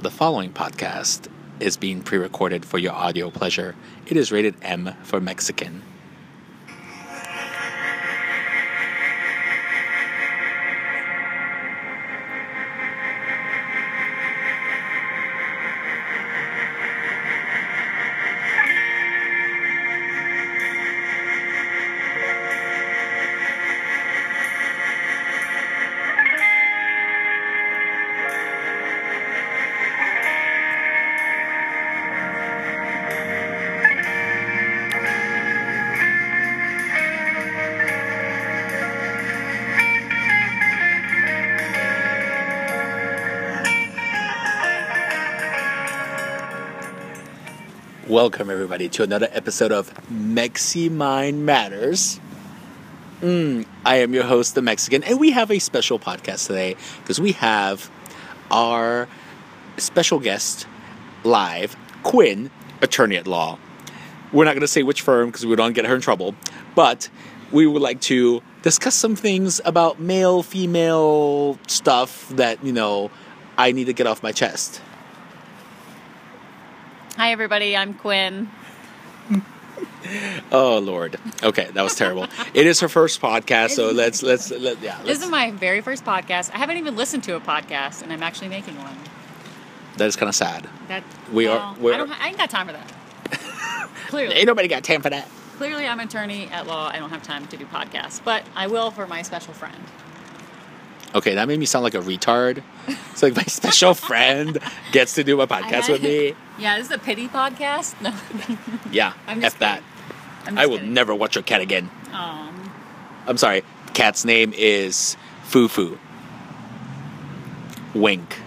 The following podcast is being pre recorded for your audio pleasure. It is rated M for Mexican. Welcome, everybody, to another episode of Mexi Mind Matters. Mm, I am your host, The Mexican, and we have a special podcast today because we have our special guest live, Quinn, attorney at law. We're not going to say which firm because we don't wanna get her in trouble, but we would like to discuss some things about male female stuff that, you know, I need to get off my chest. Hi, everybody. I'm Quinn. Oh Lord. Okay, that was terrible. it is her first podcast, so let's let's let, yeah. Let's, This is my very first podcast. I haven't even listened to a podcast, and I'm actually making one. that is kind of sad. That We well, are- we're- I, don't, ha- I ain't got time for that. Ain't clearly, nobody got time for that. clearly, I'm an attorney at law. I don't have time to do podcasts, but I will for my special friend. Okay, that made me sound like a retard. It's like my special friend gets to do a I podcast had- with me. Yeah, this is a pity podcast. No, Yeah, I'm f just that. I'm just I will kidding. never watch your cat again. Um, I'm sorry. Cat's name is Fufu. Wink.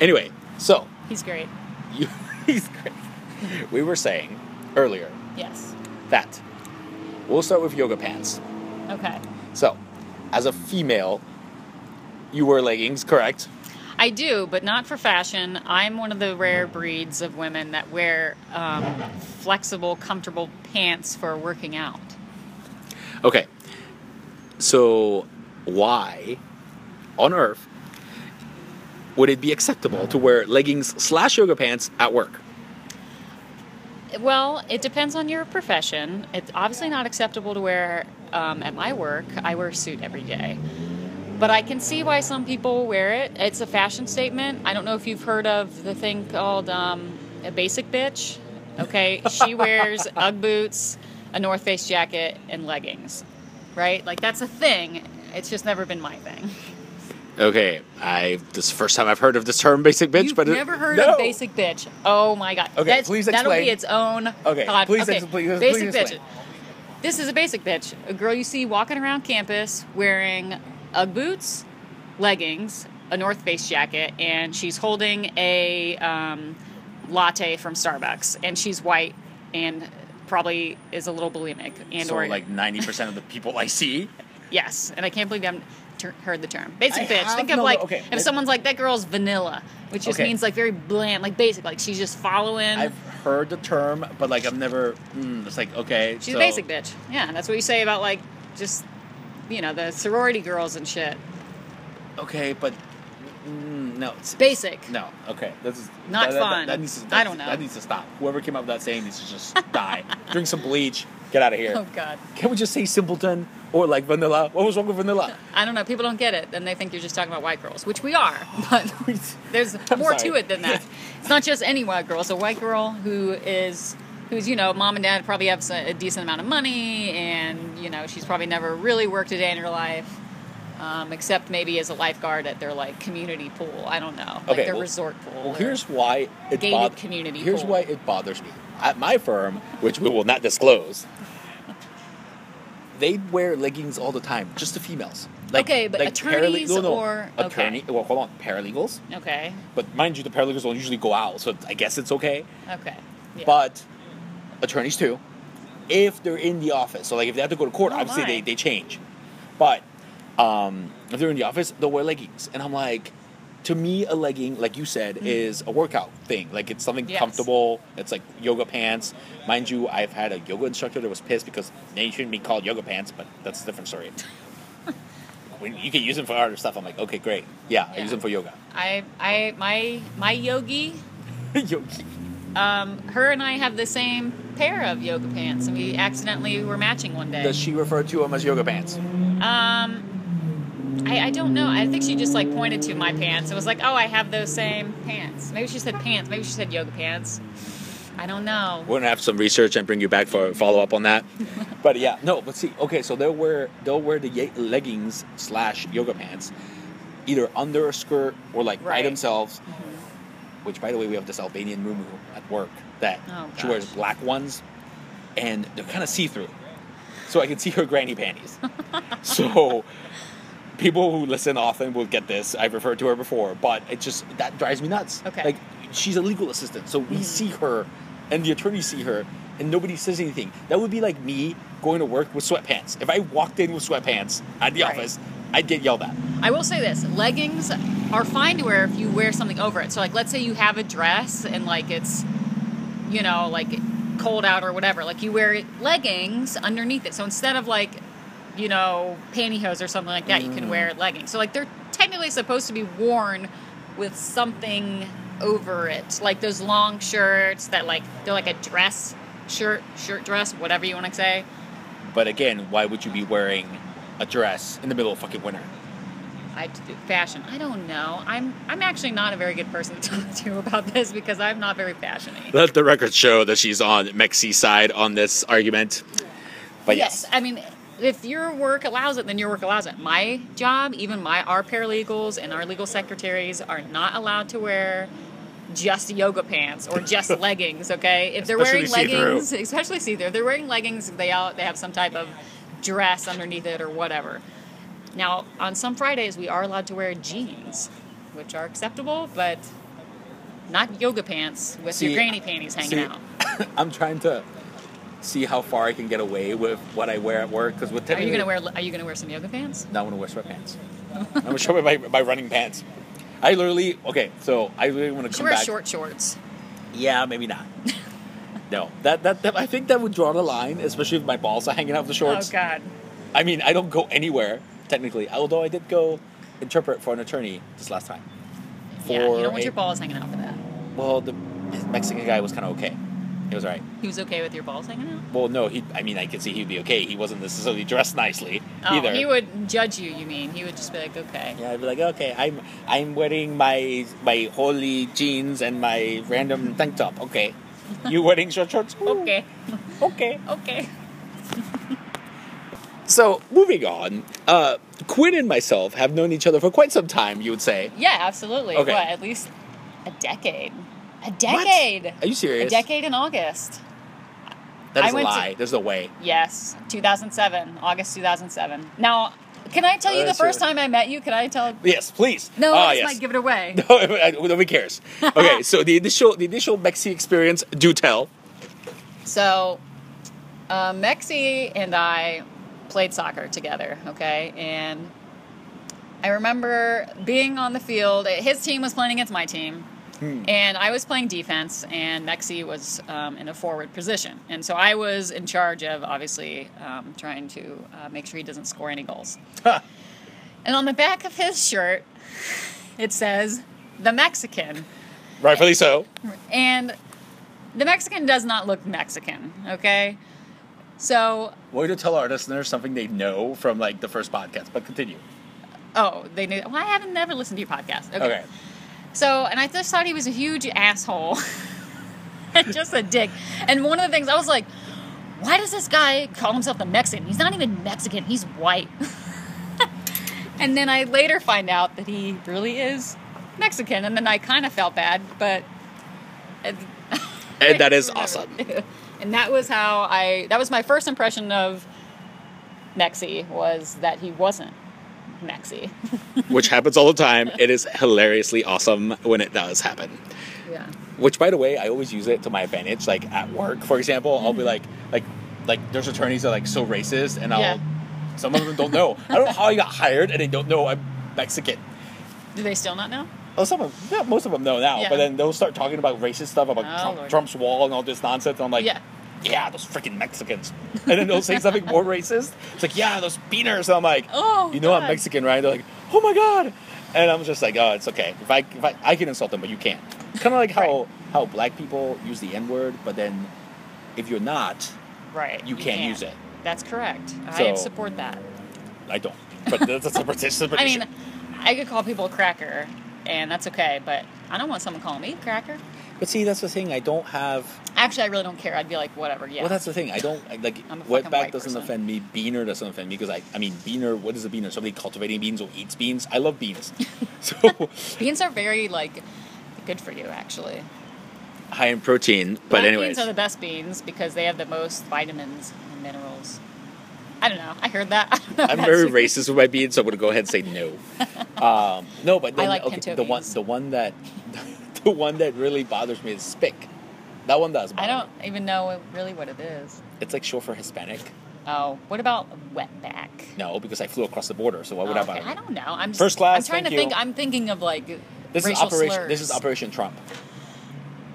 Anyway, so he's great. you, he's great. We were saying earlier Yes. that we'll start with yoga pants. Okay. So, as a female, you wear leggings, correct? I do, but not for fashion. I'm one of the rare breeds of women that wear um, flexible, comfortable pants for working out. Okay. So, why on earth would it be acceptable to wear leggings slash yoga pants at work? Well, it depends on your profession. It's obviously not acceptable to wear um, at my work. I wear a suit every day. But I can see why some people wear it. It's a fashion statement. I don't know if you've heard of the thing called um, a basic bitch. Okay, she wears Ugg boots, a North Face jacket, and leggings, right? Like, that's a thing. It's just never been my thing. Okay, I this is the first time I've heard of this term, basic bitch. You've but it- never heard No. of basic bitch. Oh my god. Okay, please That'll explain. be its own. Okay, pod- please okay. ex- please- basic please bitch. explain. This is a basic bitch. A girl you see walking around campus wearing UGG boots, leggings, a North Face jacket, and she's holding a um, latte from Starbucks, and she's white and probably is a little bulimic and So, or like ninety percent of the people I see. Yes, and I can't believe I haven't ter- heard the term. Basic I bitch. have- Think no, of no, like okay, if let- someone's like that girl's vanilla, which just Okay. means like very bland, like basic, like she's just following. I've heard the term, but like I've never. Mm, it's like okay. she's so- a basic bitch. Yeah, that's what you say about like just you know the sorority girls and shit. Okay, but mm, no. It's, Basic. No. Okay. This is Not that, that- fun. That, that needs to, I don't know. That needs to stop. Whoever came up with that saying needs to just die. Drink some bleach. Get out of here. Oh god. Can we just say simpleton or like vanilla? What was wrong with vanilla? I don't know. People don't get it, and they think you're just talking about white girls, which we are. But there's I'm more sorry. to it than that. It's not just any white girl. It's a white girl who is who's you know mom and dad probably have a decent amount of money, and you know she's probably never really worked a day in her life, um, except maybe as a lifeguard at their like community pool. I don't know, like Okay, their well- resort pool. Well, or- here's why it Gated bothers community Here's pool. why it bothers me. At my firm, which we will not disclose, they wear leggings all the time, just the females. Okay, but attorneys or- okay. attorney. Well, hold on, paralegals. okay, But mind you, the paralegals don't usually go out, so I guess it's okay. okay, yeah. but attorneys too, if they're in the office. So like if they have to go to court, Oh, obviously my. they, they change. But um, if they're in the office, they'll wear leggings. And I'm like, to me, a legging, like you said, is a workout thing. Like it's something Mm. Yes. comfortable. It's like yoga pants. Mind you, I've had a yoga instructor that was pissed because they shouldn't be called yoga pants, but that's a different story. when you can use them for other stuff. I'm like, okay, great. Yeah, I Yeah. use them for yoga. I, I, my, my yogi, Yogi. um, her and I have the same pair of yoga pants, and we accidentally were matching one day. Does she refer to them as yoga pants? Um, I, I don't know. I think she just like pointed to my pants and was like, "Oh, I have those same pants." Maybe she said pants. Maybe she said yoga pants. I don't know. We're gonna have some research and bring you back for a follow up on that. but yeah, no, but see, okay, so they'll wear they'll wear the ye- leggings slash yoga pants, either under a skirt or like by Right. Mm-hmm. themselves. Which, by the way, we have this Albanian mumu at work that Oh, she wears gosh. black ones, and they're kind of see through, so I can see her granny panties. so. People who listen often will get this. I've referred to her before, but it just that drives me nuts. Okay. Like she's a legal assistant, so Mm-hmm. we see her, and the attorneys see her, and nobody says anything. That would be like me going to work with sweatpants. If I walked in with sweatpants at the Right. office, I'd get yelled at. I will say this: leggings are fine to wear if you wear something over it. So, like, let's say you have a dress and like it's, you know, like cold out or whatever. Like you wear leggings underneath it. So instead of like, you know, pantyhose or something like that, you can wear leggings. So like they're technically supposed to be worn with something over it, like those long shirts that like they're like a dress shirt, shirt dress, whatever you want to say. But again, why would you be wearing a dress in the middle of fucking winter? I fashion. I don't know. I'm I'm actually not a very good person to talk to about this because I'm not very fashiony. Let the record show that she's on Mexi's side on this argument. But yes, I mean, if your work allows it, then your work allows it. My job, even my our paralegals and our legal secretaries are not allowed to wear just yoga pants or just leggings. Okay, if they're Especially wearing see-through. leggings, especially see through, they're wearing leggings. They all they have some type of dress underneath it or whatever. Now, on some Fridays, we are allowed to wear jeans, which are acceptable, but not yoga pants with See, your granny panties hanging see, out. I'm trying to see how far I can get away with what I wear at work because with Are you technically- gonna wear? Are you gonna wear some yoga pants? Now I'm gonna wear sweatpants. I'm gonna show me my, my running pants. I literally okay, so I really want to Should come wear back. short shorts. Yeah, maybe not. no, that, that that I think that would draw the line, especially if my balls are hanging out of the shorts. Oh God. I mean, I don't go anywhere technically, although I did go interpret for an attorney this last time. yeah, you for don't want a- your balls hanging out for that. Well, the Mexican guy was kind of okay. It was alright. He was okay with your balls hanging out. Well, no, he. I mean, I could see he'd be okay. He wasn't necessarily dressed nicely Oh, either. he would judge you. You mean he would just be like, okay, Yeah, I'd be like, okay, I'm I'm wearing my my holy jeans and my random tank top. Okay, you wearing short shorts? Ooh, okay, okay. okay. So moving on, uh, Quinn and myself have known each other for quite some time. You would say Yeah, absolutely. Okay. What? At least a decade. A What? decade. Are you A serious? decade in August. That I is a went to- lie. There's no way. Yes, 2007, August 2007. Now, can I tell you Uh, the first sure. time I met you? Can I tell? Yes, please. No, Ah, I just yes. might give it away. No, nobody cares. Okay, so the initial the initial Mexi experience. Do tell. So, uh, Mexi and I played soccer together, okay? And I remember being on the field. His team was playing against my team. And I was playing defense, and Mexi was um, in a forward position. And so I was in charge of obviously um, trying to uh, make sure he doesn't score any goals. and on the back of his shirt, it says, The Mexican. Rightfully so. And the Mexican does not look Mexican, okay? So, Way to tell our listeners something they know from like the first podcast. But continue. oh, they knew. Well, I haven't never listened to your podcast. Okay. Okay. So, and I just thought he was a huge asshole. and just a dick. And one of the things I was like, why does this guy call himself the Mexican? He's not even Mexican, he's white. and then I later find out that he really is Mexican. And then I kind of felt bad, but. uh, And that is awesome. and that was how I. That was my first impression of Mexi was that he wasn't Mexi. which happens all the time. It is hilariously awesome when it does happen. Yeah. Which, by the way, I always use it to my advantage. Like at work, for example, I'll be like, like, like there's attorneys that are like so racist, and I'll Yeah. some of them don't know. I don't know how I got hired, and they don't know I'm Mexican. Do they still not know? Oh, some of yeah, most of them know now, Yeah. but then they'll start talking about racist stuff about Oh, Trump, Lord. Trump's wall and all this nonsense. And I'm like, yeah. yeah, those freaking Mexicans. And then they'll say something more racist. It's like, yeah, those beaners. I'm like, Oh, you know I'm God. Mexican, right? They're like, oh my God. And I'm just like, oh, it's okay. If I, if I, I can insult them, but you can't. Kind of like how, how black people use the N word, but then if you're not, Right. You can't use it. That's correct. I So- support that. I don't. But that's that's a British. I mean, I could call people a cracker, and that's okay, but I don't want someone calling me a cracker. but see, that's the thing. I don't have Actually, I really don't care. I'd be like, whatever, yeah. Well, that's the thing. I don't I- like I'm a fucking wetback white doesn't person. offend me. Beaner doesn't offend me because I, I mean, beaner. What is a beaner? Somebody cultivating beans who eats beans. I love beans. so beans are very, like, good for you, actually. high in protein. But Black anyways, beans are the best beans because they have the most vitamins and minerals. I don't know. I heard that. I don't know if I'm that's- very racist with my beans, so I'm gonna go ahead and say no. um, no, but I then, like okay, pinto the one beans. the one that the one that really bothers me is spic. That one does. I bother don't me. even know really what it is. It's like short for Hispanic. Oh, what about wetback? No, because I flew across the border, so why would Oh, I okay. bother? I don't know. I'm just, First class, I'm trying thank to you. think. I'm thinking of like This is racial operation. slurs. This is Operation Trump.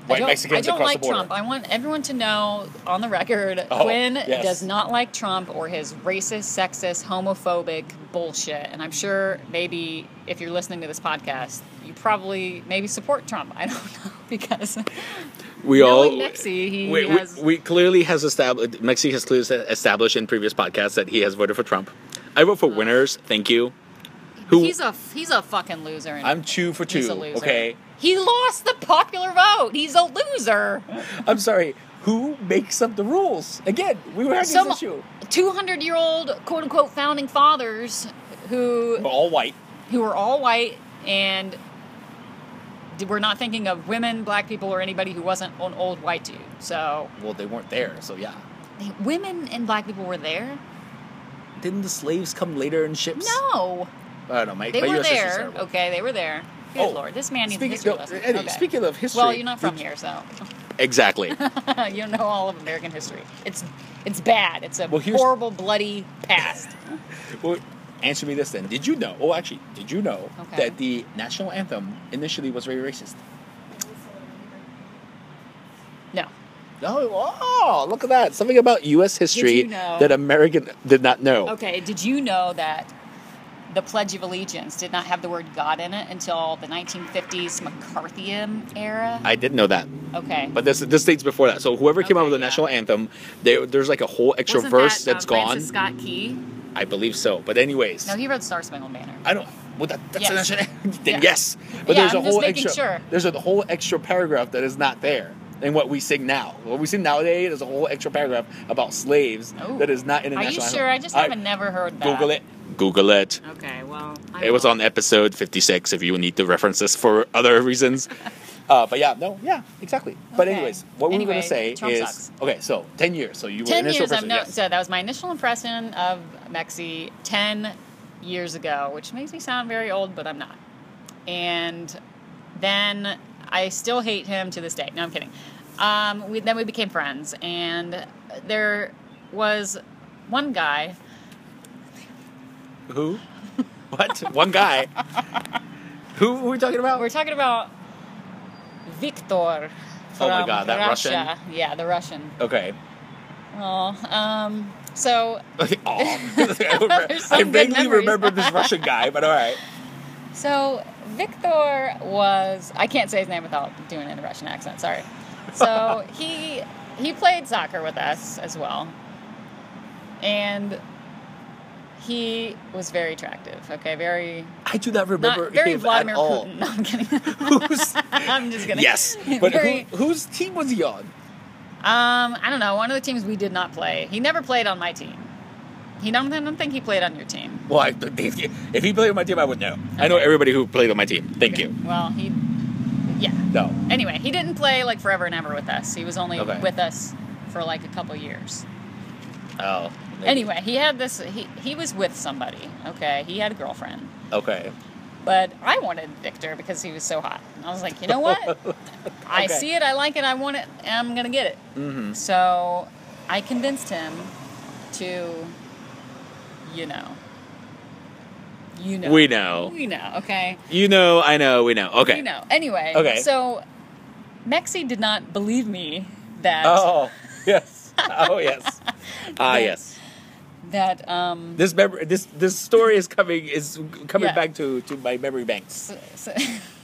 I White don't- Mexicans I don't across like the border. Trump. I want everyone to know on the record, Oh, Quinn yes. does not like Trump or his racist, sexist, homophobic bullshit. And I'm sure maybe if you're listening to this podcast, you probably maybe support Trump. I don't know because we Knowing Mexi, he we, we- has- we, clearly has established Mexi has clearly established in previous podcasts that he has voted for Trump. I vote for winners. Thank you. Who he's a he's a fucking loser. And I'm two for he's two. a loser. Okay, He lost the popular vote. He's a loser. I'm sorry. Who makes up the rules? Again, we were having Some this issue. 200 year old quote unquote founding fathers who We're all white. who were all white and d- we're not thinking of women, black people, or anybody who wasn't an old white dude. So Well, they weren't there, so yeah. they- women and black people were there. Didn't the slaves come later in ships? No, I don't know. My, they my were US history's there. terrible. Okay, they were there. Good Oh, lord, this man needs speaking- a history no, lesson. Eddie, Okay. speaking of history, well, you're not from did- here, so Exactly. you don't know all of American history. It's it's bad. It's a Well, here's- horrible, bloody past. Well, answer me this then. Did you know? Oh, actually, did you know Okay. that the national anthem initially was very racist? no, No, oh, look at that. Something about U.S. history you know? that American did not know. Okay, did you know that the Pledge of Allegiance did not have the word God in it until the 1950s McCarthyism era? I did know that, okay. but this this dates before that. So whoever came up Okay, with the yeah. national anthem, they, there's like a whole extra Wasn't verse that, has uh, gone. Francis Scott Key. I believe so. But anyways, No, he wrote Star Spangled Banner. I don't. Well, that, that's the Yes. national anthem. Then Yeah. yes, but Yeah, there's a I'm just whole making extra. sure. There's a whole extra paragraph that is not there in what we sing now. What we sing nowadays is a whole extra paragraph about slaves Oh. that is not in the Are you national sure? I anthem. just haven't never heard that. Google it. Google it. Okay, well, I It was will. on episode 56 if you need to reference this for other reasons. uh, but yeah, no, yeah, exactly. But, Okay. anyways, what we were going Anyway, to say Trump is sucks. okay, so 10 years. So you were Ten initial years. I've person. no- yes. So that was my initial impression of Mexi ten years ago, which makes me sound very old, but I'm not. And then I still hate him to this day. No, I'm kidding. Um, we, then we became friends, and there was one guy. Who? What? One guy. Who were we talking about? We're talking about Victor. Oh my from God, that Russia. Yeah, the Russian. okay. Oh, um, so Okay, aw. There's I some good vaguely memories. remember this Russian guy, but all right. So Victor was I can't say his name without doing it in a Russian accent, sorry. So he he played soccer with us as well. And he was very attractive, okay, very I do not not remember very him Vladimir at all. Putin. No, I'm kidding. Who's, I'm just kidding. yes, but very, who, whose team was he on? um, I don't know. One of the teams we did not play. He never played on my team. He don't, I don't think he played on your team. Well, I, if he played on my team, I would know. I know Okay. everybody who played on my team. Thank you. Well, he, yeah. No. Anyway, he didn't play like forever and ever with us. He was only Okay. with us for like a couple years. Oh. Anyway, he had this. He he was with somebody. Okay, he had a girlfriend, Okay. but I wanted Victor because he was so hot. And I was like, you know what? I Okay. see it. I like it. I want it. And I'm gonna get it. Mm-hmm. So I convinced him to, you know, you know, We know. we know. Okay. You know, I know, we know. Okay. You know. Anyway. Okay. So Mexi did not believe me that Oh, yes. yes. Oh yes. Ah yes. that um, This memory, this this story is coming is coming Yeah. back to to my memory banks. so, so,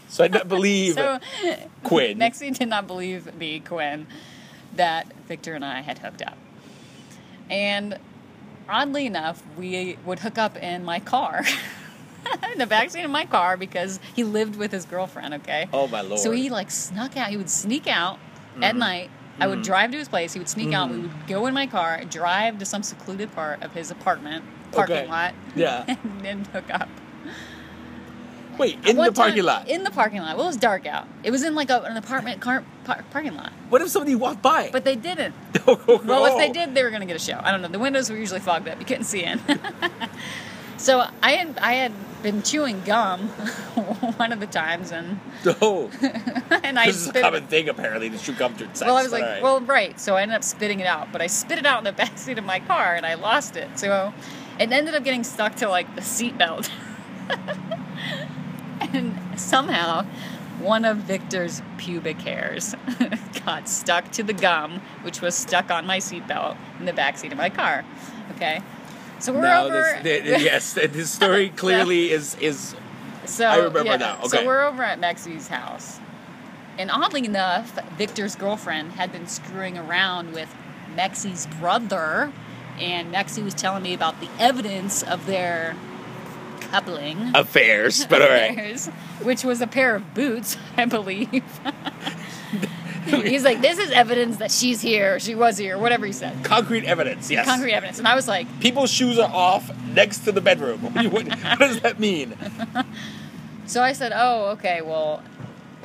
So I don't believe so Quinn. Mexi did not believe me, Quinn, that Victor and I had hooked up. And oddly enough, we would hook up in my car. in the backseat of my car because he lived with his girlfriend, okay? Oh, my Lord. Mm-hmm. So he like snuck out. He would sneak out at night. I would drive to his place. He would sneak out. We would go in my car, drive to some secluded part of his apartment, parking Okay. lot, Yeah. and then hook up. Wait, in One the parking time- lot. In the parking lot. Well, it was dark out. It was in like a, an apartment car, par- parking lot. what if somebody walked by? Oh. But they didn't. Well, well, if they did, they were going to get a show. I don't know. The windows were usually fogged up. You couldn't see in. so I had, I had been chewing gum one of the times, and Oh, and I this is a spit. common thing apparently to shoot gum through sex. Well, I was like, but all right. well, right. So I ended up spitting it out, but I spit it out in the backseat of my car, and I lost it. So it ended up getting stuck to like the seatbelt, and somehow one of Victor's pubic hairs got stuck to the gum, which was stuck on my seatbelt in the backseat of my car. Okay, so we're now over. this, th- th- yes, this story clearly is is So I remember yeah, now. So Okay. we're over at Maxie's house, and oddly enough, Victor's girlfriend had been screwing around with Maxie's brother, and Maxie was telling me about the evidence of their coupling. affairs. But all right, affairs, Which was a pair of boots, I believe. He's like, this is evidence that she's here, she was here, whatever he said. concrete evidence. Yes, Concrete evidence. And I was like, People's shoes are off next to the bedroom. What, do you- what- what does that mean? So I said, "Oh, okay. Well,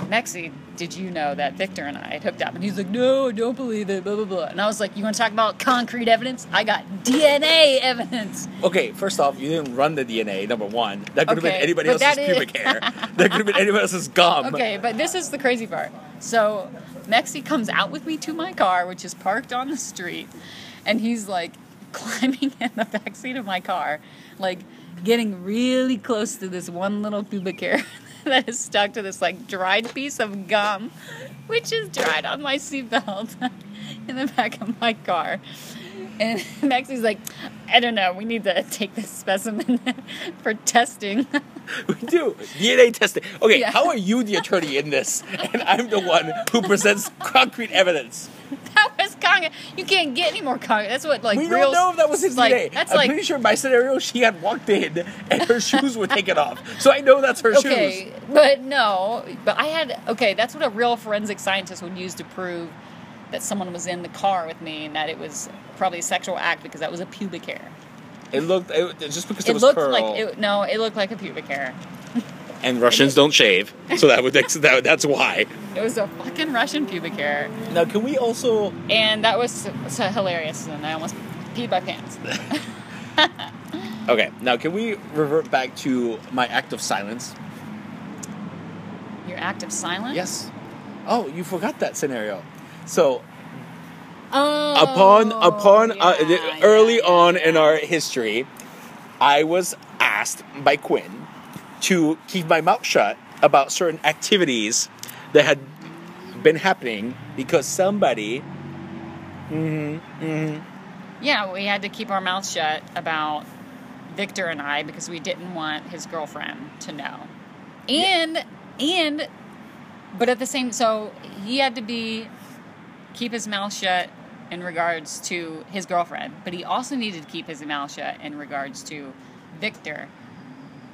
Mexi, did you know that Victor and I had hooked up?" And he's like, "No, I don't believe it." Blah blah blah. And I was like, "You want to talk about concrete evidence? I got DNA evidence." Okay, first off, you didn't run the DNA. Number one, that could have Okay, been anybody but else's that is- pubic hair. That could have been anybody else's gum. Okay, but this is the crazy part. So Mexi comes out with me to my car, which is parked on the street, and he's like climbing in the back seat of my car, like getting really close to this one little pubic hair that is stuck to this like dried piece of gum, which is dried on my seatbelt in the back of my car. And Mexi's like, I don't know, we need to take this specimen for testing. We do DNA testing. Okay, Yeah. how are you the attorney in this, and I'm the one who presents concrete evidence? That was concrete. You can't get any more concrete. That's what like We don't real. know if that was his like, DNA. That's I'm like pretty sure my scenario, she had walked in and her shoes were taken off, so I know that's her okay, shoes. but no. But I had okay. That's what a real forensic scientist would use to prove that someone was in the car with me and that it was probably a sexual act because that was a pubic hair. It looked it, just because It, looked like it, no. It looked like a pubic hair. and Russians don't shave, so that would that, that's why. It was a fucking Russian pubic hair, Now, can we also? and that was so, so hilarious. And I almost peed my pants. Okay, now can we revert back to my act of silence? Your act of silence. Yes. Oh, you forgot that scenario. So Oh. upon upon uh, yeah, th- yeah, early yeah. on in our history, I was asked by Quinn to keep my mouth shut about certain activities that had been happening because somebody Yeah, we had to keep our mouth shut about Victor and I because we didn't want his girlfriend to know. And and but at the same so he had to be keep his mouth shut in regards to his girlfriend, but he also needed to keep his mouth shut in regards to Victor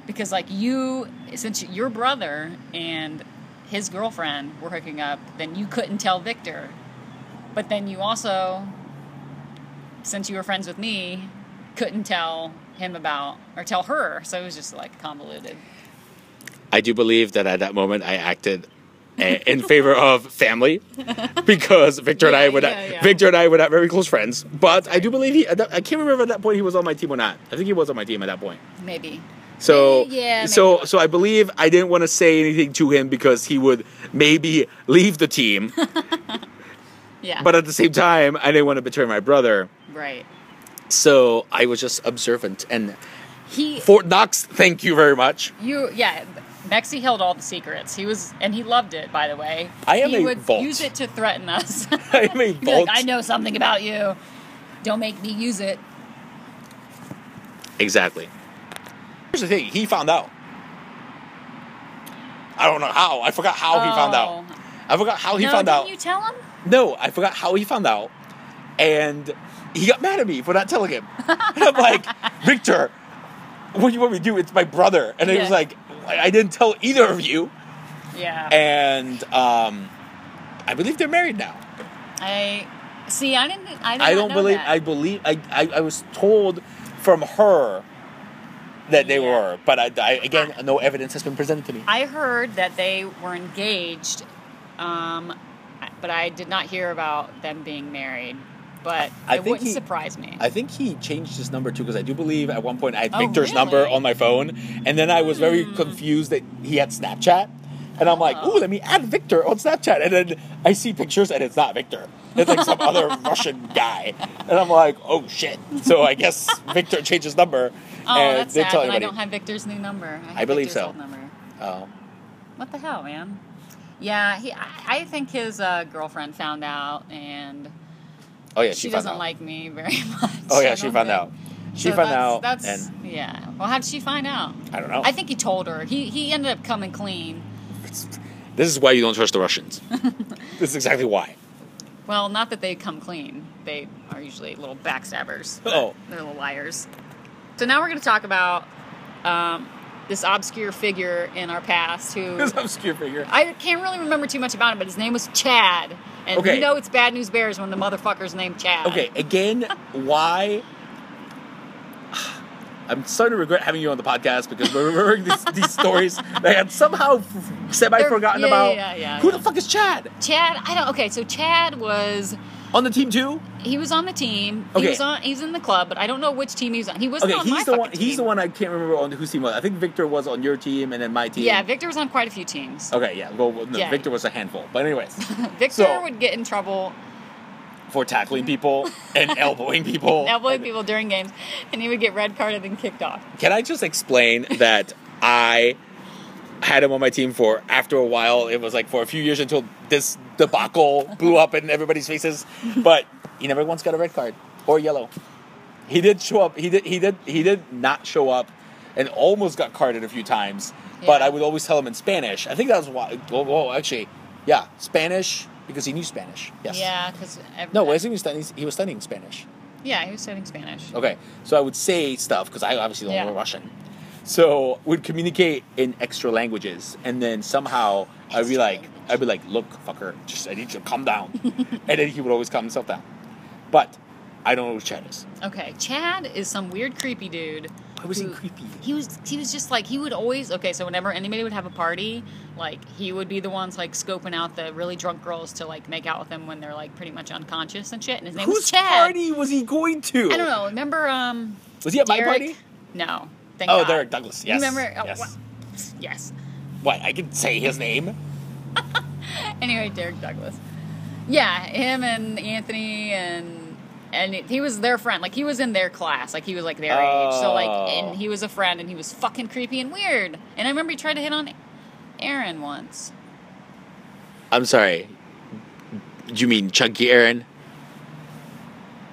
because like you since your brother and his girlfriend were hooking up, then you couldn't tell Victor. But then you also since you were friends with me, couldn't tell him about or tell her. So it was just like convoluted. I do believe that at that moment I acted a- in favor of family because Victor and I Yeah, were not, yeah, yeah. Victor and I were not very close friends. But I do believe he. at that- I can't remember at that point he was on my team or not. I think he was on my team at that point. Maybe. So Maybe, yeah, maybe so not. so I believe I didn't want to say anything to him because he would maybe leave the team. Yeah. but uh, at the same time, I didn't want to betray my brother. right. So I was just observant and He Fort Knox. Thank you very much. you yeah, Mexi held all the secrets. He was, and he loved it. By the way, I am he a would vault. use it to threaten us. I am a He'd be like, vault. I know something about you. Don't make me use it. Exactly. Here's the thing. He found out. I don't know how. I forgot how he found out. Oh. I forgot how he no, found didn't out. You tell him. No, I forgot how he found out. And he got mad at me for not telling him. And I'm like, Victor, what do you want me to do? It's my brother. And he was Yeah. like, I I didn't tell either of you. Yeah. And um, I believe they're married now. I see. I didn't. I, did I not don't know believe, that. I believe, I, I, I was told from her that they Yeah. were. But I, I- again, no evidence has been presented to me. I heard that they were engaged, um, but I did not hear about them being married. But I it think wouldn't he- surprise me. I think he changed his number too because I do believe at one point I had Oh, Victor's really? Hmm. number on my phone, and then I was very confused that he had Snapchat, and I'm like, Oh. "Ooh, let me add Victor on Snapchat," and then I see pictures and it's not Victor. It's like some other Russian guy, and I'm like, "Oh shit!" So I guess Victor changed his number oh, and that's didn't sad. tell But I anybody. don't have Victor's new number. I, have I believe Victor's so. Old number. Oh. What the hell, man? Yeah, he. I, I think his uh, girlfriend found out, and oh yeah, she, she, found doesn't out. like me very much. Oh yeah, I she don't found think. out. She So found that's- out, That's and yeah. Well, how'd she find out? I don't know. I think he told her. He he ended up coming clean. this is why you don't trust the Russians. this is exactly why. Well, not that they come clean. They are usually little backstabbers. but Oh. They're little liars. So now we're going to talk about um, this obscure figure in our past who. This obscure figure. I can't really remember too much about him, but his name was Chad. And Okay. you know it's bad news bears when the motherfucker's named Chad. Okay, again, why? I'm starting to regret having you on the podcast because we're remembering these, these stories that I had somehow semi forgotten yeah, about. yeah, yeah, Who yeah. the fuck is Chad? Chad, I don't. Okay, so Chad was. On the team too? He was on the team. Okay. He was on. He's in the club, but I don't know which team he was on. He wasn't Okay, on my he's the fucking one. team. He's the one I can't remember on whose team was. I think Victor was on your team and then my team. Oh, Yeah, Victor was on quite a few teams. Okay, yeah. Well, well, no, Yeah. Victor was a handful. But anyways, Victor So- would get in trouble for tackling people and elbowing people. elbowing and- people during games, and he would get red carded and kicked off. Can I just explain that I had him on my team for after a while? It was like for a few years until this debacle blew up in everybody's faces. But he never once got a red card or yellow. He did show up. He did. He did. He did not show up, and almost got carded a few times. But Yeah. I would always tell him in Spanish. I think that was why. Well, well, actually, yeah, Spanish because he knew Spanish. Yes. Yeah, because No, was he was studying? He was studying Spanish. Yeah, he was studying Spanish. Okay, so I would say stuff because I obviously don't Yeah. know Russian. So would communicate in extra languages, and then somehow I'd be Extra like, I'd be like, "Look, fucker, just I need you to calm down," and then he would always calm himself down. But I don't know who Chad is. Okay, Chad is some weird creepy dude. Why was he who- creepy? He was he was just like he would always okay. So whenever anybody would have a party, like he would be the ones like scoping out the really drunk girls to like make out with them when they're like pretty much unconscious and shit. And his name was Whose Chad. party was he going to? I don't know. Remember um. Was he at Derek? my party? No. Thank Oh, God. Derek Douglas. You Yes. Remember? oh, yes. wha- Yes. What? I can say his name. anyway, Derek Douglas. Yeah, him and Anthony and and he was their friend. Like he was in their class. Like he was like their age. So like Oh. and he was a friend and he was fucking creepy and weird. And I remember he tried to hit on Aaron once. I'm sorry. Do you mean Chunky Aaron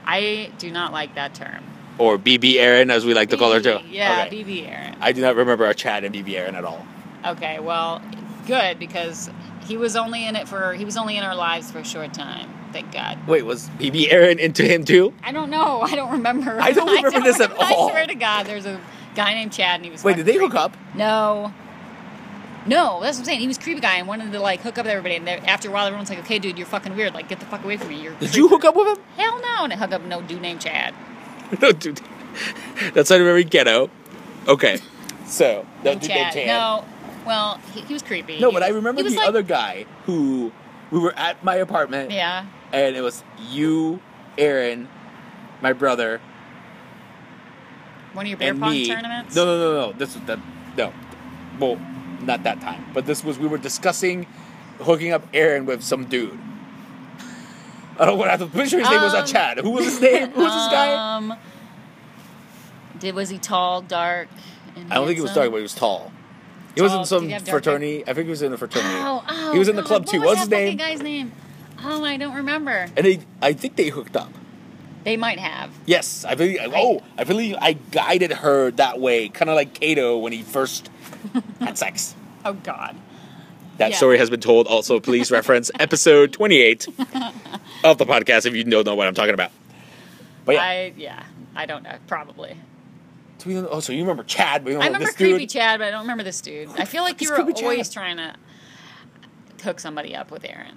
I do not like that term. or BB Aaron, as we like to call her too? BB, Yeah, Okay. BB Aaron. I do not remember a Chad and BB Aaron at all. Okay, well, good because he was only in it for he was only in our lives for a short time. Thank God. Wait, was BB Aaron into him too? I don't know. I don't remember. I don't remember this at all. I swear to God, there's a guy named Chad, and he was. Wait, did they fucking hook up? No. No, that's what I'm saying. He was a creepy guy and wanted to like hook up with everybody. And then after a while, everyone's like, "Okay, dude, you're fucking weird. Like, get the fuck away from me." You're Did you hook up with him? Hell no! And I hook up with no dude named Chad. No, dude. That's not very ghetto. Okay. So, no, No, dude named Chad. Chad. No. Well, he, he was creepy. No, but I He was- remember he the was like- other guy who we were at my apartment Yeah. and it was you, Aaron, my brother, One of your beer and pong me. tournaments. No, no, no, no. This was that no. Well, not that time. But this was we were discussing hooking up Aaron with some dude. I don't want to have to picture his name was not Um, Chad. Who was his name? Who was this guy? Um. Did was he tall, dark? And I don't think he was handsome? dark, but he was tall. He was in Um, Tall- some did he have dark hair? fraternity. I think he was in a fraternity. Oh, oh, he was in the God, club what too. Was What's that his name? fucking Guy's name. Oh, I don't remember. And they, I think they hooked up. They might have. Yes, I believe. oh, I believe I guided her that way, kind of like Cato when he first had sex. Oh God. That Yeah. story has been told. Also, please reference episode 28 of the podcast if you don't know what I'm talking about. But yeah, I yeah. I don't know. Probably. So we don't- oh, so you remember Chad? We don't I know remember this creepy dude. Chad, but I don't remember this dude. I feel like fuck you is were Creepy Chad? always trying to hook somebody up with Aaron,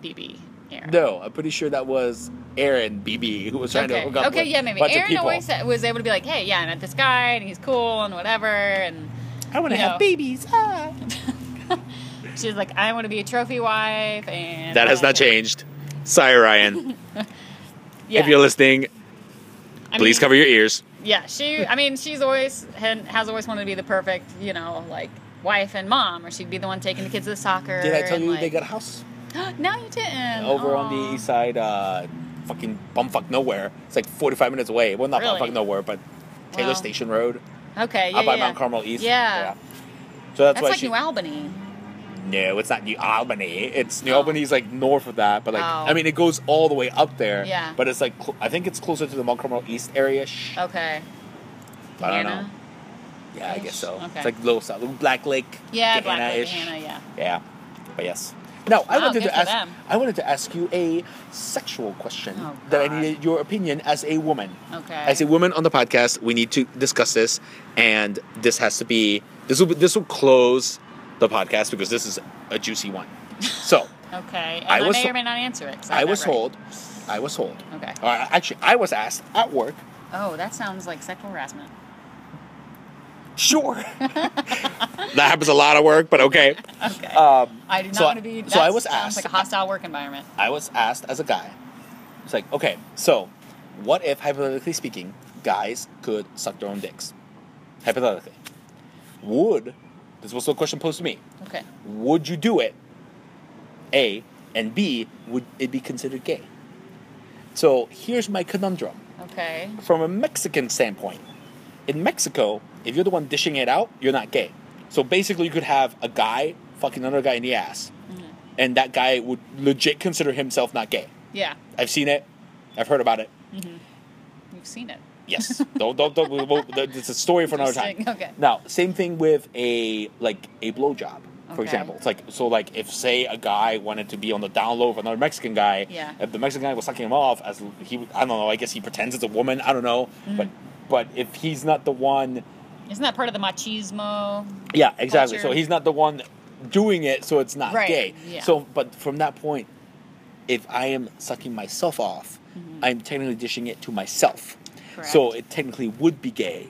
BB, Aaron. No, I'm pretty sure that was Aaron BB who was trying okay. to hook up. okay, with yeah, a maybe. bunch of Aaron people. always said- was able to be like, "Hey, yeah, I met this guy, and he's cool, and whatever." And I want to you know. have babies. ah. she's like, "I want to be a trophy wife," and That has all not changed. Sorry, Ryan. Yeah. If you're listening, I please mean, cover your ears. Yeah, she. I mean, she's always had, has always wanted to be the perfect, you know, like wife and mom, or she'd be the one taking the kids to the soccer. Did I tell and, you like, they got a house no, you didn't. over on the Aw. east side, uh, fucking bumfuck nowhere? It's like 45 minutes away. Well, not Really? bumfuck nowhere, but Taylor Wow. Station Road, Okay, yeah, out by yeah. Mount Carmel East. Yeah. So that's, That's, why like she. New Albany. No, it's not New Albany. It's New Oh. Albany's like north of that, but like Oh. I mean, it goes all the way up there. Yeah. But it's like cl- I think it's closer to the Mount Carmel East area. Shh. Okay. I don't know. Hannah? Yeah, I guess so. Okay. It's like little south, Black Lake. Yeah, Black Lake, Gahanna-ish. Hannah, yeah. Yeah. But yes. Now I Wow, wanted good to for ask. them. I wanted to ask you a sexual question Oh, that I God. needed your opinion as a woman. Okay. As a woman on the podcast, we need to discuss this, and this has to be this will be, this will close the podcast because this is a juicy one. So. Okay. And I I, was may to- or may not answer it. 'cause I'm I not was right. told. Uh, I was told. Okay. Or I- actually, I was asked at work. Oh, that sounds like sexual harassment. Sure. that happens a lot of work, but okay. Okay. Um, I do not so I- want to be. so I that was sounds like a asked- hostile work environment. I was asked as a guy. It's like, okay, so what if, hypothetically speaking, guys could suck their own dicks? Hypothetically, would this was a question posed to me? Okay. Would you do it? A and B, would it be considered gay? So here's my conundrum. Okay. from a Mexican standpoint, in Mexico, if you're the one dishing it out, you're not gay. So basically, you could have a guy fucking another guy in the ass, and that guy would legit consider himself not gay. Yeah. I've seen it. I've heard about it. You've seen it. Yes. don't don't don't. we won't- it's a story for another time. Interesting. Okay. Now, same thing with a like a blowjob, for Okay. example. It's like so like if say a guy wanted to be on the down low of another Mexican guy, Yeah. if the Mexican guy was sucking him off as he I don't know, I guess he pretends it's a woman, I don't know. Mm. But but if he's not the one Isn't that part of the machismo? yeah, exactly. So Culture. he's not the one doing it, so it's not Right, gay. yeah. So, but from that point, if I am sucking myself off, I'm technically dishing it to myself. So Mm-hmm. Correct. it technically would be gay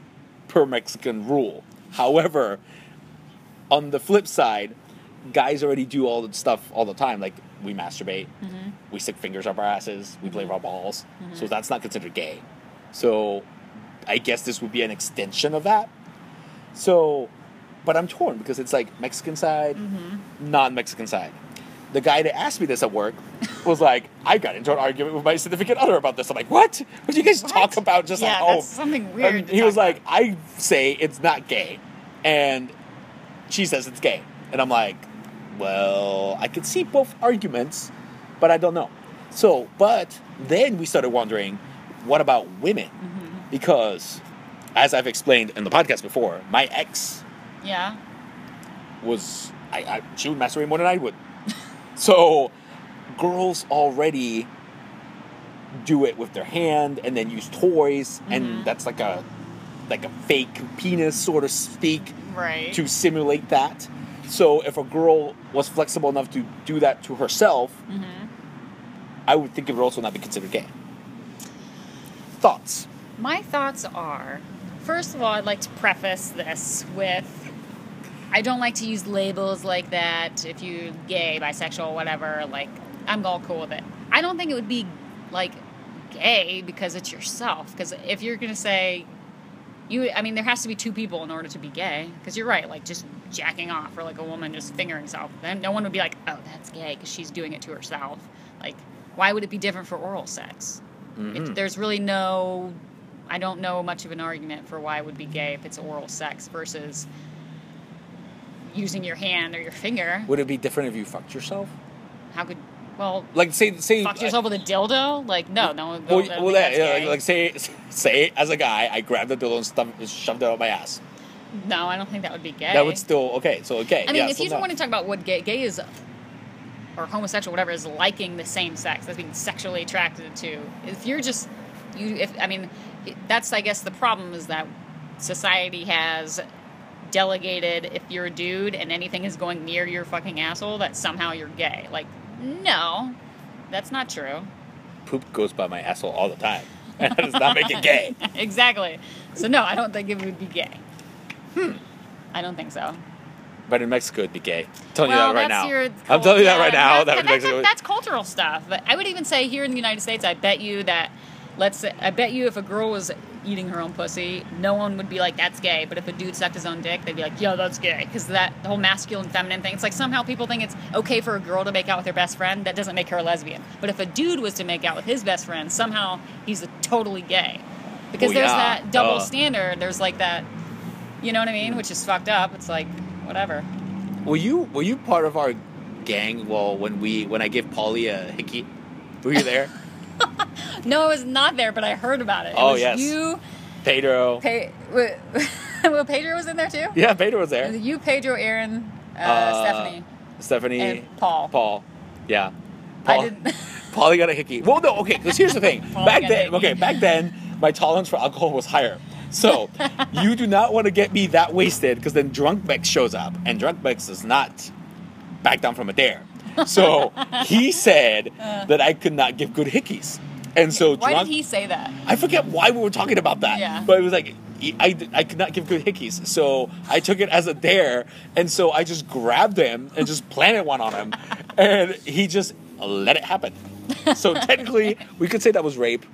per Mexican rule. However, on the flip side, guys already do all the stuff all the time. Like we masturbate, Mm-hmm. we stick fingers up our asses, we play raw balls. So that's not considered gay. So I guess this would be an extension of that. So, but I'm torn because it's like Mexican side, Mm-hmm. non-Mexican side. The guy that asked me this at work was like, I got into an argument with my significant other about this. I'm like, what? What do you guys talk about just yeah, at home? that's something weird. And to he talk was about. like, I say it's not gay. And she says it's gay. And I'm like, well, I can see both arguments, but I don't know. So, but then we started wondering, what about women? Mm-hmm. Because, as I've explained in the podcast before, my ex yeah. was I, I she would masturbate more than I would. so girls already do it with their hand and then use toys and that's like a like a fake penis sort of speak Right. to simulate that. So if a girl was flexible enough to do that to herself, I would think it would also not be considered gay. Thoughts? My thoughts are first of all, I'd like to preface this with I don't like to use labels like that. If you're gay, bisexual, whatever, like, I'm all cool with it. I don't think it would be like gay because it's yourself. Because if you're going to say, you, I mean, there has to be two people in order to be gay. Because you're right, like just jacking off or like a woman just fingering herself. Then no one would be like, oh, that's gay because she's doing it to herself. Like, why would it be different for oral sex? Mm-hmm. It, there's really no, I don't know much of an argument for why it would be gay if it's oral sex versus using your hand or your finger. Would it be different if you fucked yourself? How could well Like say say fuck yourself with a dildo? Like no, no. Well, I don't well, think that, "Oh, that's yeah, gay. like, like say say as a guy, I grabbed the dildo and stuffed, shoved it up my ass. no, I don't think that would be gay. That would still okay. So okay. I mean, yeah, if so you no. don't want to talk about what gay, gay is, or homosexual, whatever, is liking the same sex, that's being sexually attracted to. If you're just, you, if I mean, it- that's I guess the problem is that society has delegated if you're a dude and anything is going near your fucking asshole that somehow you're gay. Like, no, that's not true. poop goes by my asshole all the time. That does not make it gay. exactly. So no, I don't think it would be gay. Hmm. I don't think so. But in Mexico, it'd be gay. I'm telling well, you that right that's now. Your I'm cult- telling you that yeah, right now. That That's, in that's, Mexico. that's cultural stuff. But I would even say here in the United States, I bet you that, let's say, I bet you if a girl was eating her own pussy, no one would be like, that's gay. But if a dude sucked his own dick, they'd be like, yo, that's gay. Because that the whole masculine feminine thing, it's like somehow people think it's okay for a girl to make out with her best friend. That doesn't make her a lesbian. But if a dude was to make out with his best friend, somehow he's a totally gay. Well, Because there's yeah, Uh, that double duh. standard. There's like that, you know what I mean? Which is fucked up. It's like, whatever. Were you were you part of our gang? Well, when we when I gave Polly a hickey, were you there? No, it was not there, but I heard about it. It Oh, was yes. You, Pedro. Pe- w- well, Pedro was in there too? yeah, Pedro was It was there. You, Pedro, Aaron, uh, Uh, Stephanie, Stephanie. and Paul. Paul. Yeah. I Paul. didn't. Polly got a hickey. Well, no, okay. Because here's the thing. Polly back got a then, hickey. okay, back then, my tolerance for alcohol was higher. So you do not want to get me that wasted, because then drunk Bex shows up, and drunk Bex does not back down from a dare. So he said that I could not give good hickeys, and so Uh. Why drunk. did he say that? I forget why we were talking about that. Yeah. But it was like, I, I could not give good hickeys. So I took it as a dare. And so I just grabbed him and just planted one on him. And he just let it happen. So technically, we could say that was rape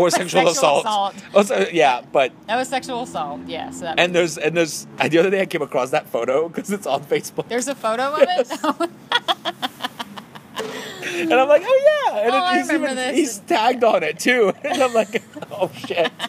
or sexual, sexual assault. assault. Also, yeah, but. That was sexual assault. Yes. that- And there's and there's and the other day I came across that photo because it's on Facebook there's a photo of it. Oh, Yes. and I'm like oh yeah and Oh, I he's, remember this. he's tagged on it too and I'm like oh shit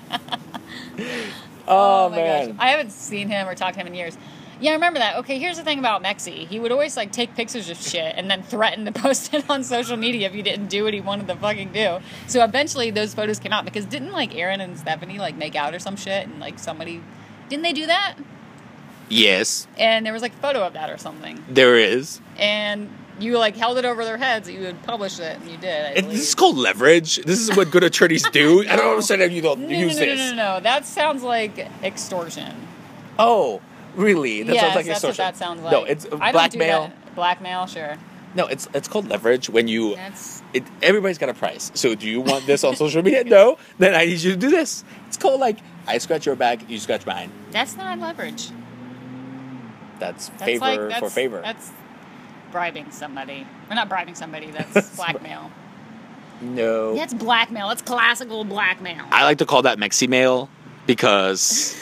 Oh, oh, my man gosh. I haven't seen him or talked to him in years. Yeah, I remember that. Okay, here's the thing about Mexi. He would always like take pictures of shit and then threaten to post it on social media if you didn't do what he wanted to fucking do. So eventually those photos came out because didn't like Aaron and Stephanie like make out or some shit and like somebody didn't they do that? yes, And there was like a photo of that or something. there is. And you like held it over their heads that you would publish it and you did. I It, believe. this is called leverage. This is what good attorneys do. I don't understand if you don't no, no, use no, no, this. no, no, no. That sounds like extortion. Oh, really? That yes, sounds like that's extortion. what that sounds like. No, it's I don't do blackmail. that. Blackmail, sure. No, it's it's called leverage when you. That's It, everybody's got a price. So do you want this on social media? No. Then I need you to do this. It's called like I scratch your back, you scratch mine. that's not leverage. That's, That's favor like, that's, for favor. That's bribing somebody. We're not bribing somebody. That's blackmail. no. That's blackmail. That's classical blackmail. I like to call that Mexi mail because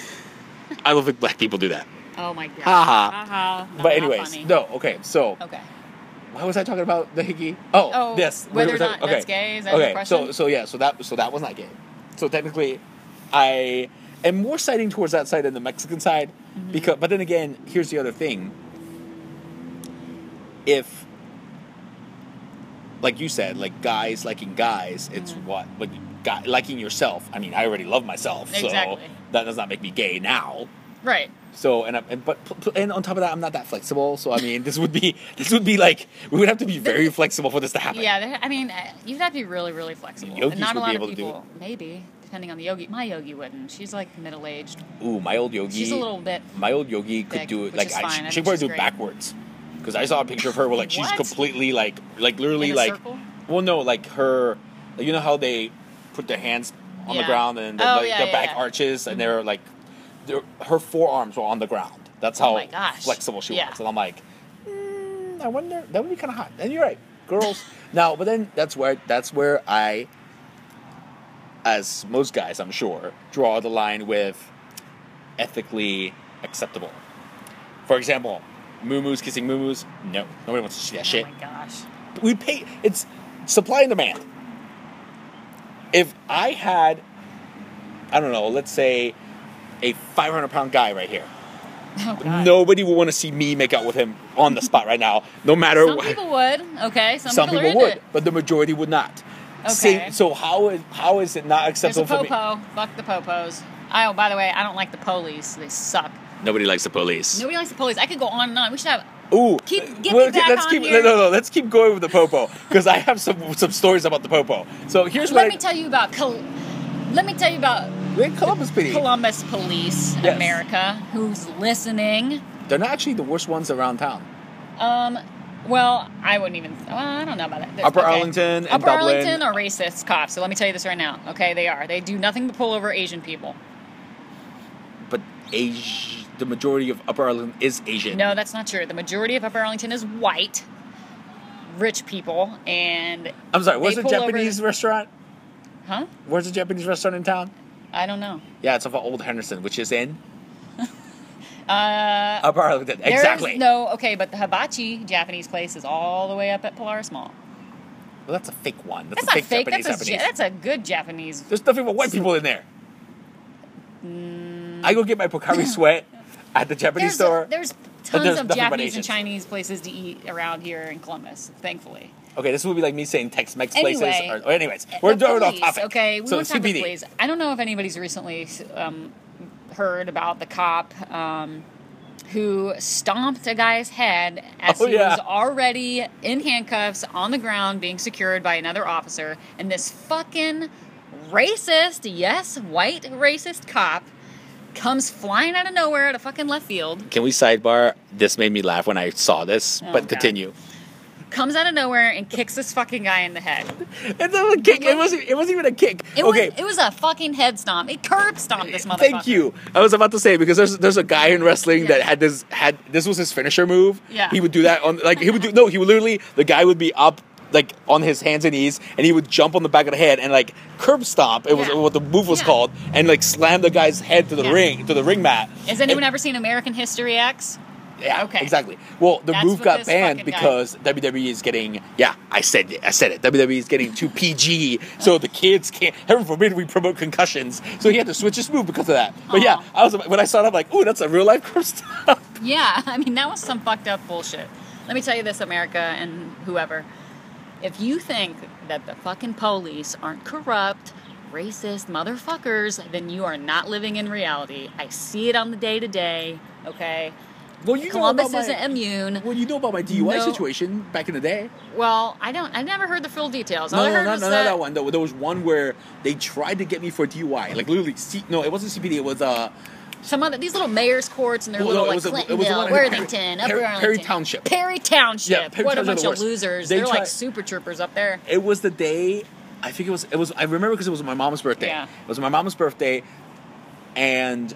I love when black people do that. Oh my god. Ha ha. Ha ha. But anyways, no. Okay, so Okay. why was I talking about the hickey? Oh, Oh, yes. we whether were or talking- not that's gay, is that okay. the So question? so yeah. So that so that was not gay. So technically, I am more citing towards that side than the Mexican side Mm-hmm. because. But then again, here's the other thing. If, like you said, like guys liking guys, it's Mm-hmm. what like guy, liking yourself. I mean, I already love myself, Exactly. so that does not make me gay now. Right. So and, I, and but pl- pl- and on top of that, I'm not that flexible. So I mean, this would be this would be like we would have to be very flexible for this to happen. Yeah. there- I mean, uh, you'd have to be really, really flexible. Yogis and not a would be lot able of to do people. Maybe depending on the yogi. My yogi wouldn't. She's like middle aged. Ooh, my old yogi. She's a little bit. oh My old yogi could thick, do it which like is I, fine. I she, think she probably she's do it great. backwards. Because I saw a picture of her where like she's What? completely like like literally In a like circle? well no like her like, you know how they put their hands on the Yeah. ground and the, Oh, like, yeah, the yeah, back yeah. Mm-hmm. arches and they're like they're, her forearms were on the ground. That's Oh how my gosh. flexible she Yeah. was, and I'm like, mm, I wonder that would be kind of hot. And you're right, girls. now, but then that's where that's where I, as most guys, I'm sure, draw the line with ethically acceptable. For example, moo-moos kissing moo-moos. No, nobody wants to see that shit. Oh my gosh. We pay. It's supply and demand. If I had, I don't know, let's say, a 500 pound guy right here, Oh, God. Nobody would want to see me make out with him on the spot right now, no matter Some what. people would. Okay. Some, Some people, people are into would, It. but the majority would not. Okay. so how is how is it not There's a acceptable for me? popo. Fuck the popos. Oh, by the way, I don't like the police. They suck. Nobody likes the police. Nobody likes the police. I could go on and on. We should have. Ooh, Keep- get well, me back let's on keep here. no no. Let's keep going with the popo because I have some some stories about the popo. So here's what Let I, me tell you about. Col- let me tell you about They're Columbus PD. Columbus Police Yes. America, who's listening. They're not actually the worst ones around town. Um, well, I wouldn't even. Well, I don't know about that. That's- Upper Arlington and Upper Dublin. Arlington are racist cops. So let me tell you this right now. Okay, they are. They do nothing but pull over Asian people. But Asia, the majority of Upper Arlington is Asian. No, that's not true. The majority of Upper Arlington is white, rich people, and I'm sorry. Where's They the pull over Japanese the- restaurant? huh? Where's the Japanese restaurant in town? I don't know. Yeah, it's off of Old Henderson, which is in Uh, Upper Arlington. there is exactly. no okay, but the hibachi Japanese place is all the way up at Polaris Mall. Well, that's a fake one. That's, That's a not fake, fake. Japanese. that's a Ja- Japanese. that's a good Japanese. There's nothing but white people in there. I go get my Pocari Sweat at the Japanese There's, store. there's But tons there's nothing of but Japanese and Asians. Chinese places to eat around here in Columbus, thankfully. okay, this would be like me saying Tex-Mex Anyway, places. Or, or anyways, we're The doing off police, topic. Okay, we so want to talk about CPD. the police. I don't know if anybody's recently um, heard about the cop um, who stomped a guy's head as Oh, he yeah. was already in handcuffs on the ground being secured by another officer, and this fucking racist, yes, white racist cop comes flying out of nowhere out of fucking left field. Can we sidebar? This made me laugh when I saw this, Oh, but God. continue. comes out of nowhere and kicks this fucking guy in the head. It's not a kick. It wasn't. It wasn't even a kick. It okay, was it was a fucking head stomp. It curb stomped this motherfucker. Thank you. I was about to say because there's there's a guy in wrestling that Yeah. had this had this was his finisher move. Yeah. He would do that on like he would do no he would literally the guy would be up like on his hands and knees and he would jump on the back of the head and like curb stomp it was Yeah. what the move was Yeah. called and like slam the guy's head to the Yeah. ring to the ring mat. Has anyone And- ever seen American History X? Yeah. okay. Exactly. Well, the That's move what got this banned fucking guy- because WWE is getting yeah I said it I said it WWE is getting too PG so the kids can't heaven forbid we promote concussions so he had to switch his move because of that. But yeah, Aw. I was when I saw it I'm like ooh that's a real life curb stomp. Yeah, I mean that was some fucked up bullshit. Let me tell you this, America and whoever. If you think that the fucking police aren't corrupt, racist motherfuckers, then you are not living in reality. I see it on the day to day, okay? Well, you Columbus know about isn't my, immune. Well, you know about my DUI No. situation back in the day. Well, I don't I never heard the full details. All No, I no, no, heard no, was no, that, that one. There, there was one where they tried to get me for DUI. Like literally, C- no, it wasn't CPD. It was uh, Some other these little mayor's courts and their Well, little no, it like was a- it Clintonville, was the one in Worthington, Perry- Upper Perry Arlington, Township. Perry Township. Yeah, Perry what Township's the a bunch of worst. losers! They They are try- like super troopers up there. it was the day. I think it was. It was. I remember because it was my mom's birthday. Yeah. It was my mom's birthday, and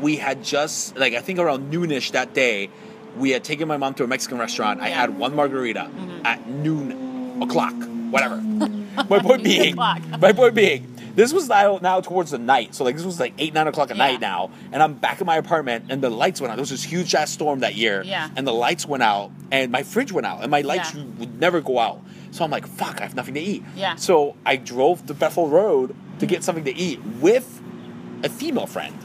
we had just like I think around noonish that day, we had taken my mom to a Mexican restaurant. I Yeah. Mm-hmm. had one margarita at noon o'clock, whatever. my point Noon being, o'clock. my point being, this was now now towards the night. So like this was like eight nine o'clock at Yeah. night now, and I'm back in my apartment, and the lights went out. There was this huge ass storm that year, Yeah. and the lights went out, and my fridge went out, and my lights Yeah. would never go out. So I'm like, fuck, I have nothing to eat. Yeah. So I drove to Bethel Road to get something to eat with a female friend.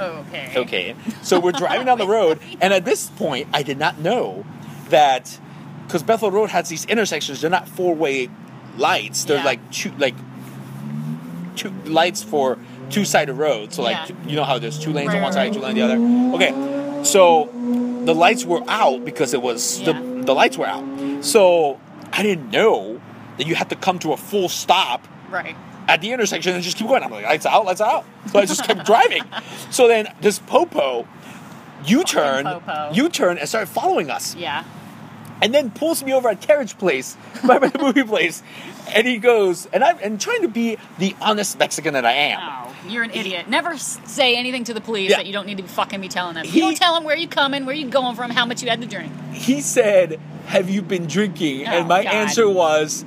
Okay. Okay. So we're driving down the road, and at this point, I did not know that because Bethel Road has these intersections. They're not four-way lights. They're Yeah. like two, like two lights for two-sided roads. So like Yeah. you know how there's two lanes on Right, one right, side, two lanes on the other. Okay. So the lights were out because it was Yeah. the the lights were out. So I didn't know that you had to come to a full stop Right. at the intersection and just keep going. I'm like, lights out, lights out. So I just kept driving. So then this popo, U turn, popo. U turn, and started following us, Yeah. and then pulls me over at Carriage Place, by the movie place, and he goes, and I'm and trying to be the honest Mexican that I am. Oh, you're an idiot. Never s- say anything to the police Yeah. that you don't need to be fucking be telling them. He- you don't tell them where you coming, where you going from, how much you had to drink. He said, "Have you been drinking?" Oh, and my God. answer was.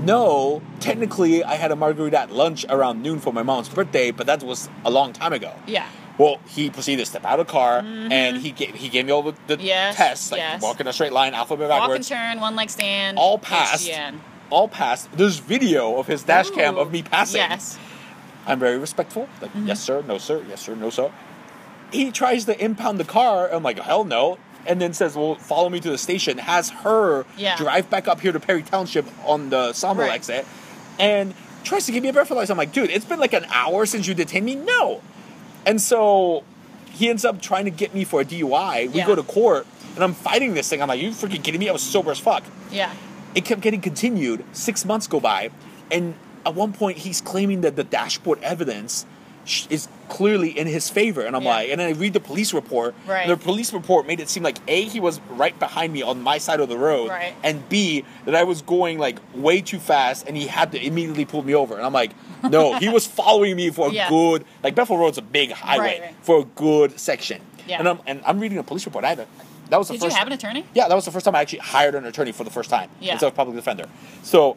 No, technically, I had a margarita at lunch around noon for my mom's birthday, but that was a long time ago. Yeah. Mm-hmm. Well, he proceeded to step out of the car and he gave he gave me all the, the Yes, tests, like yes. walk in a straight line, alphabet Walk and backwards, turn, one leg stand. all passed. HGN. All passed. There's video of his dash cam Ooh, of me passing. Yes. Mm-hmm. I'm very respectful. Like, yes sir, no sir, yes sir, no sir. he tries to impound the car. I'm like, hell no. And then says, well, follow me to the station. Has her Yeah. drive back up here to Perry Township on the Samba Right. exit and tries to give me a breathalyzer. I'm like, dude, it's been like an hour since you detained me. No. And so he ends up trying to get me for a DUI. We Yeah. go to court and I'm fighting this thing. I'm like, you freaking kidding me? I was sober as fuck Yeah. it kept getting continued. Six months go by, and at one point he's claiming that the dashboard evidence sh- is clearly in his favor. And I'm Yeah. like, and then I read the police report. Right. And the police report made it seem like a he was right behind me on my side of the road, Right. and b that I was going like way too fast, and he had to immediately pull me over. And I'm like, no, he was following me for a Yeah. good like Bethel Road's a big highway Right, right. for a good section. Yeah. And I'm and I'm reading a police report. I had a, that was the Did you first have an attorney? yeah, that was the first time I actually hired an attorney for the first time Yeah. instead of public defender. So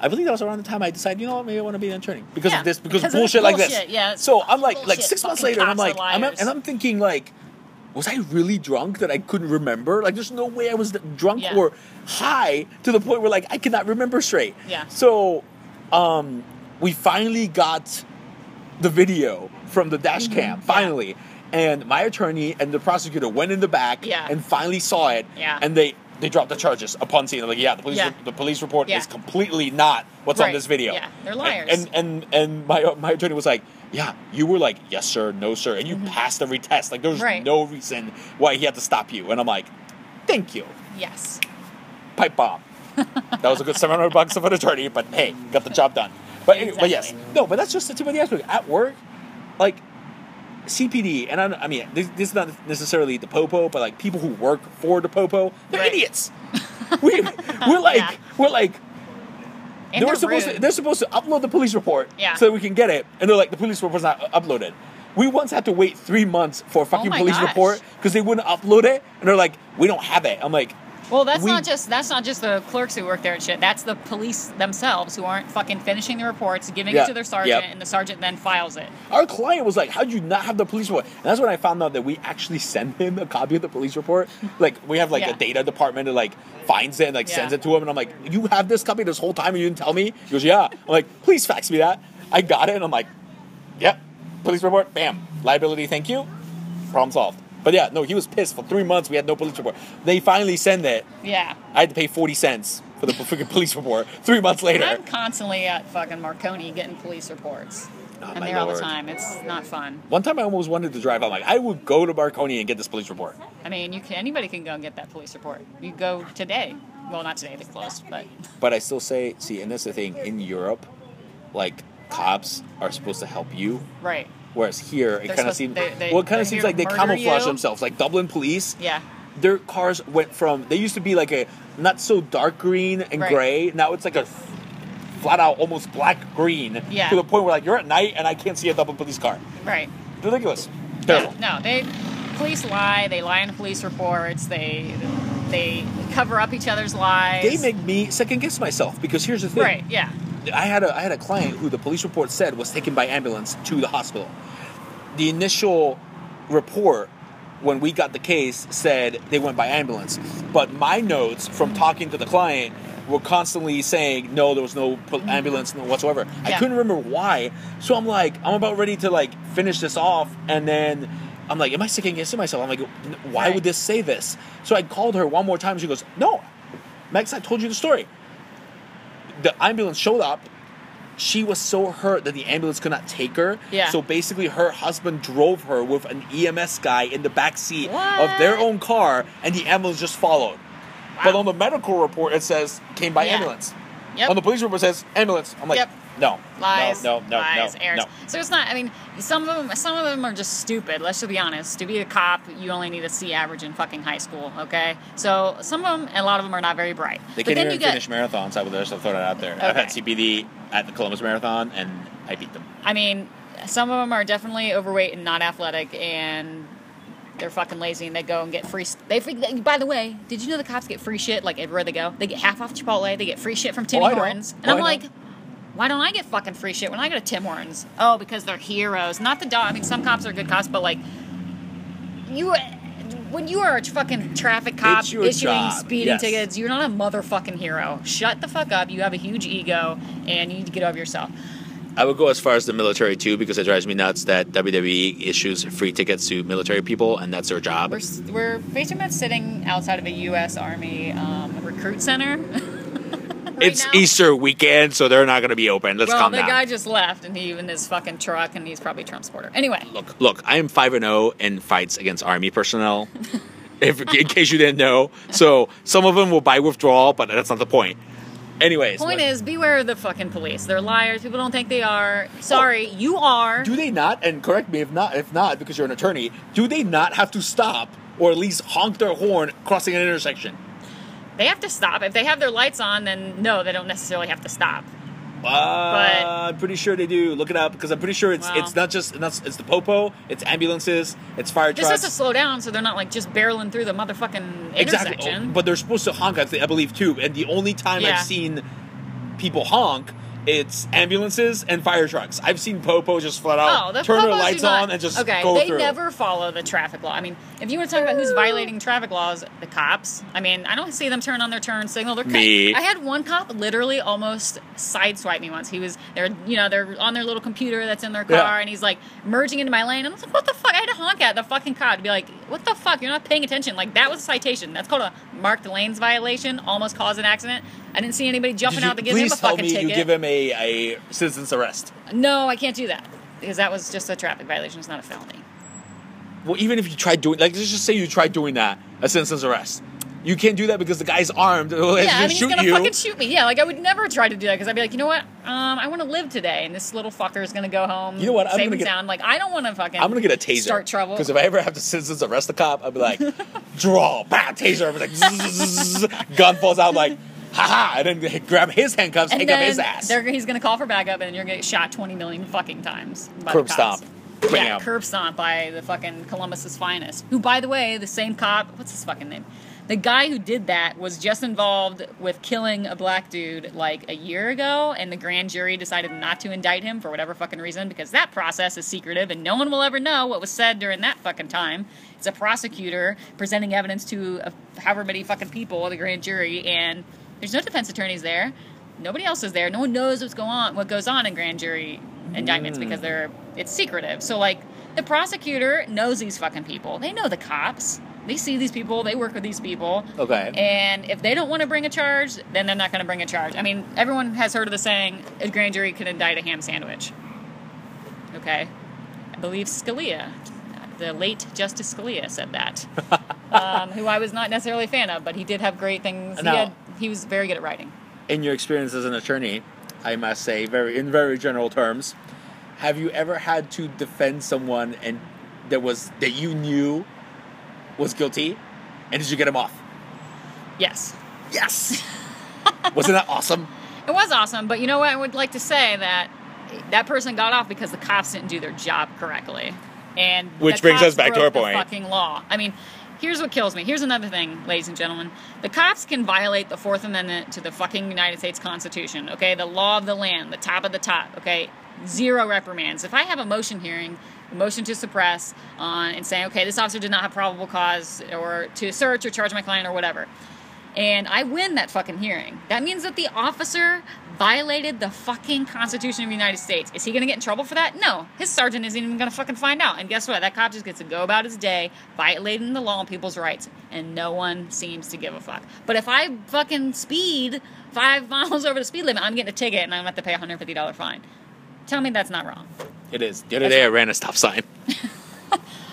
I believe that was around the time I decided, you know what, maybe I want to be an attorney because Yeah, of this, because, because of the bullshit, like this. bullshit, yeah, it's so I'm like, like bullshit, six months fucking later, and I'm cops are like, I'm, liars. and I'm thinking like, was I really drunk that I couldn't remember? Like, there's no way I was th- drunk Yeah. or high to the point where like I cannot remember straight. Yeah. So, um, we finally got the video from the Mm-hmm. dash cam finally and my attorney and the prosecutor went in the back Yeah. and finally saw it Yeah. and they they dropped the charges upon seeing it. like yeah the police Yeah. the police report Yeah. is completely not what's on Right. this video Yeah, they're And- liars. and and and, my my attorney was like yeah you were like yes sir no sir and you passed every test like there's Mm-hmm. Right. no reason why he had to stop you and i'm like thank you Yes. pipe bomb. that was a good 700 bucks of an attorney, but hey, got the job done. But, anyway, but yes, Exactly. no, but that's just the tip of the iceberg. At work, like CPD, and I, don't- I mean, this, this is not necessarily the popo, but like people who work for the popo, they're Right. idiots. we, we're like, Yeah. we're like, And they they're were supposed rude. to, they're supposed to upload the police report Yeah. so that we can get it, and they're like, the police report's not uh, uploaded. We once had to wait three months for a fucking Oh my police gosh. report because they wouldn't upload it, and they're like, we don't have it. I'm like, Well, that's We- not just that's not just the clerks who work there and shit. That's the police themselves who aren't fucking finishing the reports, giving Yeah, it to their sergeant, yep. and the sergeant then files it. Our client was like, "How'd you not have the police report?" And that's when I found out that we actually send him a copy of the police report. Like we have like Yeah. a data department that like finds it and like sends Yeah. it to him. And I'm like, "You have this copy this whole time and you didn't tell me?" He goes, "Yeah." I'm like, "Please fax me that." I got it, and I'm like, "Yep, police report. Bam, liability. Thank you. Problem solved." But yeah, no, he was pissed for three months. We had no police report. They finally send it. Yeah. I had to pay forty cents for the freaking police report. Three months later, I'm constantly at fucking Marconi getting police reports. Oh, I'm my there all the lord. time. It's not fun. one time I almost wanted to drive. I'm like, I would go to Marconi and get this police report. I mean, you can anybody can go and get that police report. You go today. Well, not today. They closed, but But I still say, see, and that's the thing in Europe, like cops are supposed to help you, right. whereas here it They're kind of supposed- seems they- they- well, it kind they're of seems here like they to murder camouflage you. themselves. Like Dublin police, Yeah. their cars went from they used to be like a not so dark green and Right. gray. Now it's like a flat out almost black green Yeah. to the point where like you're at night and I can't see a Dublin police car. Right. Ridiculous, terrible. No, they police lie. They lie in police reports. They they cover up each other's lies. They make me second guess myself because here's the thing. right. Yeah. I had a I had a client who the police report said was taken by ambulance to the hospital. The initial report when we got the case said they went by ambulance, but my notes from talking to the client were constantly saying no, there was no pol- ambulance no whatsoever. I Yeah. couldn't remember why, so I'm like, I'm about ready to like finish this off, and then I'm like, am I second guessing myself? I'm like, "N- why Right. would this say this? So I called her one more time. She goes, no, Max, I told you the story the ambulance showed up. She was so hurt that the ambulance could not take her. Yeah. So basically, her husband drove her with an EMS guy in the back seat of their What? own car, and the ambulance just followed. But Wow. on the medical report, it says came by Yeah. ambulance. Yep. On the police report, it says ambulance. I'm like, Yep. no, lies, no, no, no, lies, no, errors. no. So it's not. I mean, some of them, some of them are just stupid. Let's just be honest. To be a cop, you only need a C average in fucking high school. Okay, so some of them, and a lot of them are not very bright. They but can't then even you get. finish marathons. I would just throw that out there. I've had Okay. CPD at the Columbus Marathon, and I beat them. I mean, some of them are definitely overweight and not athletic, and they're fucking lazy, and they go and get free. St- they, free- they by the way, did you know the cops get free shit like everywhere they go? They get half off Chipotle. They get free shit from Tim Oh, I know. Hortons, and Oh, I'm I know. like. Why don't I get fucking free shit when I go to Tim Hortons? Oh, because they're heroes. Not the dog. I mean, some cops are good cops, but like, you, when you are a fucking traffic cop It's your issuing job, speeding yes. tickets, you're not a motherfucking hero. Shut the fuck up. You have a huge ego, and you need to get over yourself. I would go as far as the military too because it drives me nuts that WWE issues free tickets to military people and that's their job. We're, s- we're basically about sitting outside of a U.S. Army um, recruit center. right it's now. Easter weekend, so they're not going to be open. Let's Well, calm the down. guy just left, and he in his fucking truck, and he's probably Trump supporter. Anyway, look, look, I am 5 and 0 in fights against army personnel. if in case you didn't know. So, some of them will buy withdrawal, but that's not the point. Anyways, point what- is, beware of the fucking police. They're liars. People don't think they are. Sorry, you are. Do they not? And correct me if not, if not, because you're an attorney. Do they not have to stop or at least honk their horn crossing an intersection? They have to stop. If they have their lights on, then no, they don't necessarily have to stop. Uh, I'm pretty sure they do. Look it up because I'm pretty sure it's Wow. it's not just it's, it's the popo, it's ambulances, it's fire Just trucks. has to slow down so they're not like just barreling through the motherfucking exactly. Oh, intersection. But they're supposed to honk. I, think, I believe too. And the only time Yeah. I've seen people honk. It's ambulances and fire trucks. I've seen Popo just flat Oh, out the turn their Popos do lights not- on and just okay. go they through. never follow the traffic law. I mean, if you want to talk about who's violating traffic laws, the cops. I mean, I don't see them turn on their turn signal. They're Me. I had one cop literally almost sideswipe me once. He was they're you know they're on their little computer that's in their car Yeah. and he's like merging into my lane. And I was like, what the fuck? I had to honk at the fucking cop to be like, what the fuck? You're not paying attention. Like that was a citation. That's called a marked lanes violation. Almost caused an accident. I didn't see anybody Did jumping you out to give him please a tell fucking me ticket. you give him a, a citizen's arrest? No, I can't do that because that was just a traffic violation. It's not a felony. Well, even if you try doing, like, let's just say you try doing that, a citizen's arrest. You can't do that because the guy's armed. Yeah, yeah, I mean, he's shoot gonna you. fucking shoot me. Yeah, like I would never try to do that because I'd be like, you know what? Um, I want to live today, and this little fucker is gonna go home. You know what? I'm Safe gonna and get- sound. Like I don't want to fucking. I'm gonna get a taser. Start trouble. Because if I ever have the citizens arrest the cop, I'll be like, draw, bah, taser. I'm like, zzz, gun falls out. I'm like, haha, and then grab his handcuffs, and hang then up his ass. they're- he's gonna call for backup, and you're gonna get shot 20 million fucking times. By Curb the cops. stomp. Yeah, Bam. curb stomp by the fucking Columbus's finest. Who, by the way, the same cop. What's his fucking name? The guy who did that was just involved with killing a black dude like a year ago, and the grand jury decided not to indict him for whatever fucking reason because that process is secretive and no one will ever know what was said during that fucking time. It's a prosecutor presenting evidence to uh, however many fucking people, the grand jury, and there's no defense attorneys there. Nobody else is there. No one knows what's going on, what goes on in grand jury indictments because they're it's secretive. So like the prosecutor knows these fucking people. They know the cops. They see these people. They work with these people. Okay. And if they don't want to bring a charge, then they're not going to bring a charge. I mean, everyone has heard of the saying a grand jury can indict a ham sandwich. Okay. I believe Scalia, the late Justice Scalia, said that. um, who I was not necessarily a fan of, but he did have great things. Now- he, had, he was very good at writing. in your experience as an attorney, I must say, very in very general terms, have you ever had to defend someone and that was that you knew was guilty, and did you get him off? Yes. Yes. Wasn't that awesome? It was awesome, but you know what? I would like to say that that person got off because the cops didn't do their job correctly, and Which the brings cops us back to broke our the point. fucking law. I mean, here's what kills me. Here's another thing, ladies and gentlemen: the cops can violate the Fourth Amendment to the fucking United States Constitution. Okay, the law of the land, the top of the top. Okay, zero reprimands. If I have a motion hearing. a Motion to suppress on and saying, okay, this officer did not have probable cause or to search or charge my client or whatever and I win that fucking hearing. That means that the officer violated the fucking Constitution of the United States. Is he gonna get in trouble for that? No. His sergeant isn't even gonna fucking find out. And guess what? That cop just gets to go about his day violating the law and people's rights, and no one seems to give a fuck. But if I fucking speed five miles over the speed limit, I'm getting a ticket and I'm gonna have to pay a $150 fine. Tell me that's not wrong. It is. the other day I ran a stop sign.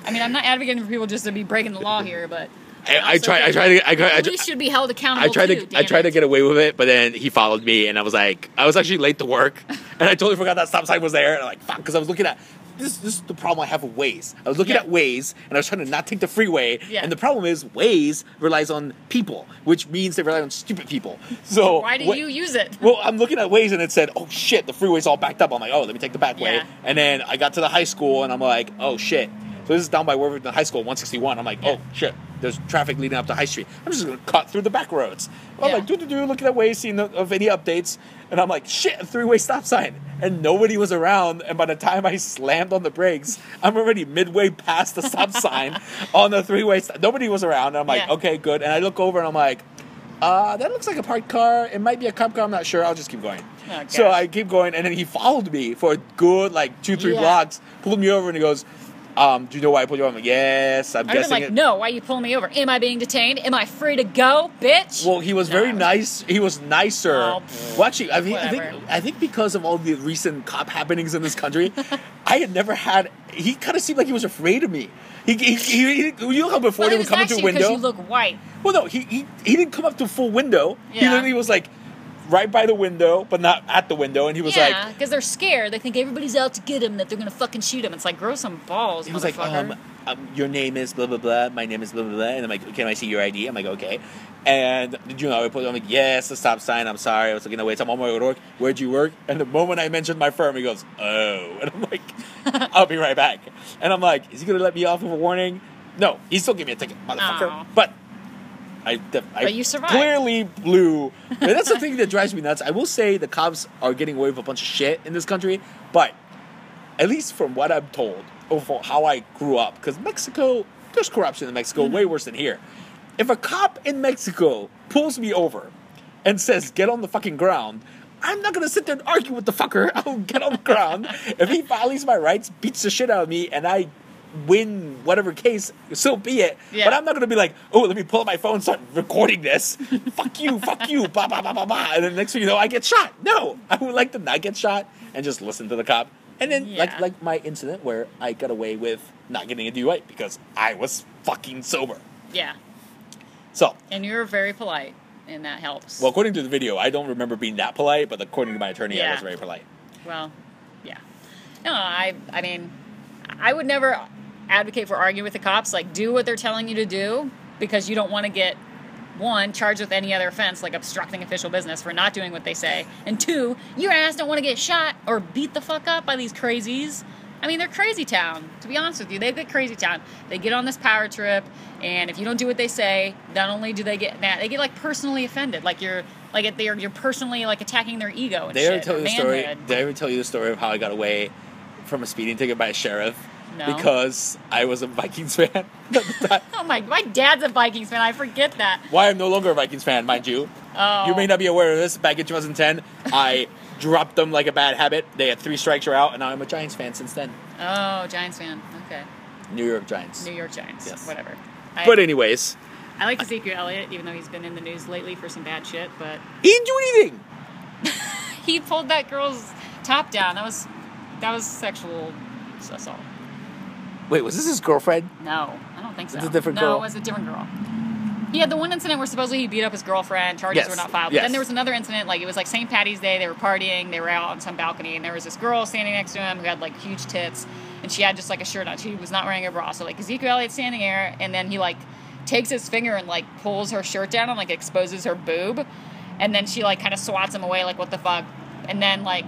I mean, I'm not advocating for people just to be breaking the law here, but I, I tried. I tried to. I, I, Police should be held accountable. I tried too, to. I damn tried it. to get away with it, but then he followed me, and I was like, I was actually late to work, and I totally forgot that stop sign was there. And I'm like, fuck, because I was looking at. This, this is the problem I have with Waze. I was looking Yeah. at Waze and I was trying to not take the freeway. Yeah. And the problem is, Waze relies on people, which means they rely on stupid people. So Why do what- you use it? Well, I'm looking at Waze and it said, "Oh shit, the freeway's all backed up." I'm like, "Oh, let me take the back way." Yeah. And then I got to the high school and I'm like, "Oh shit." So this is down by Worthington High School, 161. I'm like, Yeah. "Oh shit, there's traffic leading up to High Street. I'm just gonna cut through the back roads." I'm Yeah. like, "Do do do," looking at Waze, seeing of any updates, and I'm like, "Shit, three way stop sign." And nobody was around. And by the time I slammed on the brakes, I'm already midway past the stop sign on the three way. St- nobody was around. And I'm like, Yeah. "Okay, good." And I look over and I'm like. Uh, that looks like a parked car. It might be a cop car. I'm not sure. I'll just keep going. Oh, so gosh. I keep going, and then he followed me for a good like two, three Yeah. blocks. Pulled me over, and he goes, um, "Do you know why I pulled you over?" I'm like, "Yes, I'm I would have guessing like, it." no, why you pulling me over? Am I being detained? Am I free to go, bitch? Well, he was very No. nice. He was nicer. Oh, well, actually, I, think- I whatever. think I think because of all the recent cop happenings in this country, I had never had. He kind of seemed like he was afraid of me. He, he, he, he you know how before Well, they would it was come nice into to a you 'cause window. you look white. well, no, he, he he didn't come up to full window. He Yeah. literally was like right by the window, but not at the window, and he was yeah, like, because they're scared. They think everybody's out to get him. That they're gonna fucking shoot him. It's like grow some balls, he was like, motherfucker. um, um, your name is blah blah blah. My name is blah blah blah. And I'm like, can I see your ID? I'm like, okay. And did you know? I put, I'm like, yes, the stop sign. I'm sorry, I was looking away. So I'm on my way to work. Where'd you work? And the moment I mentioned my firm, he goes, oh. And I'm like, I'll be right back. And I'm like, is he gonna let me off with a warning? No, he still gave me a ticket, motherfucker. Aw. But. I, def- I But you survived. clearly blew. And that's the thing that drives me nuts. I will say the cops are getting away with a bunch of shit in this country, but at least from what I'm told, or from how I grew up, because Mexico, there's corruption in Mexico way worse than here. If a cop in Mexico pulls me over and says, get on the fucking ground, I'm not gonna sit there and argue with the fucker. I'll get on the ground. If he violates my rights, beats the shit out of me, and I win whatever case, so be it. Yeah. But I'm not gonna be like, oh, let me pull up my phone and start recording this. fuck you, fuck you, ba ba ba ba ba. And then next thing you know, I get shot. No, I would like to not get shot and just listen to the cop. And then, like, Yeah. like my incident where I got away with not getting a DUI because I was fucking sober. yeah, So, and you're very polite, and that helps. well, according to the video, I don't remember being that polite, but according to my attorney, I Yeah. was very polite. Well, yeah. No, I I mean, I would never advocate for arguing with the cops. Like, do what they're telling you to do because you don't want to get one charged with any other offense like obstructing official business for not doing what they say, and two, your ass don't want to get shot or beat the fuck up by these crazies. I mean, they're crazy town. To be honest with you, they get crazy town. They get on this power trip, and if you don't do what they say, not only do they get mad, they get like personally offended. Like you're, like if they're, you're personally like attacking their ego and They ever shit. tell you their the story? manhood. They ever tell you the story of how I got away from a speeding ticket by a sheriff No. because I was a Vikings fan at the time? Oh my! My dad's a Vikings fan. I forget that. Why I'm no longer a Vikings fan, mind you. Oh. You may not be aware of this. Back in 2010, I dropped them like a bad habit. They had three strikes, you're out, and now I'm a Giants fan since then. Oh, Giants fan. Okay, New York Giants. New York Giants. Yes. Whatever. I, But anyways, I like Ezekiel Elliott, even though he's been in the news lately for some bad shit. But he didn't do anything. he pulled that girl's top down. That was that was sexual assault. Wait, was this his girlfriend? No, I don't think so. It's a different no, girl. it was a different girl. He had the one incident where supposedly he beat up his girlfriend. Charges Yes, were not filed. But yes. then there was another incident, like it was like St. Patty's Day. They were partying. They were out on some balcony, and there was this girl standing next to him who had like huge tits, and she had just like a shirt on. She was not wearing a bra. So like Ezekiel Elliott's standing there, and then he like takes his finger and like pulls her shirt down and like exposes her boob, and then she like kind of swats him away, like what the fuck, and then like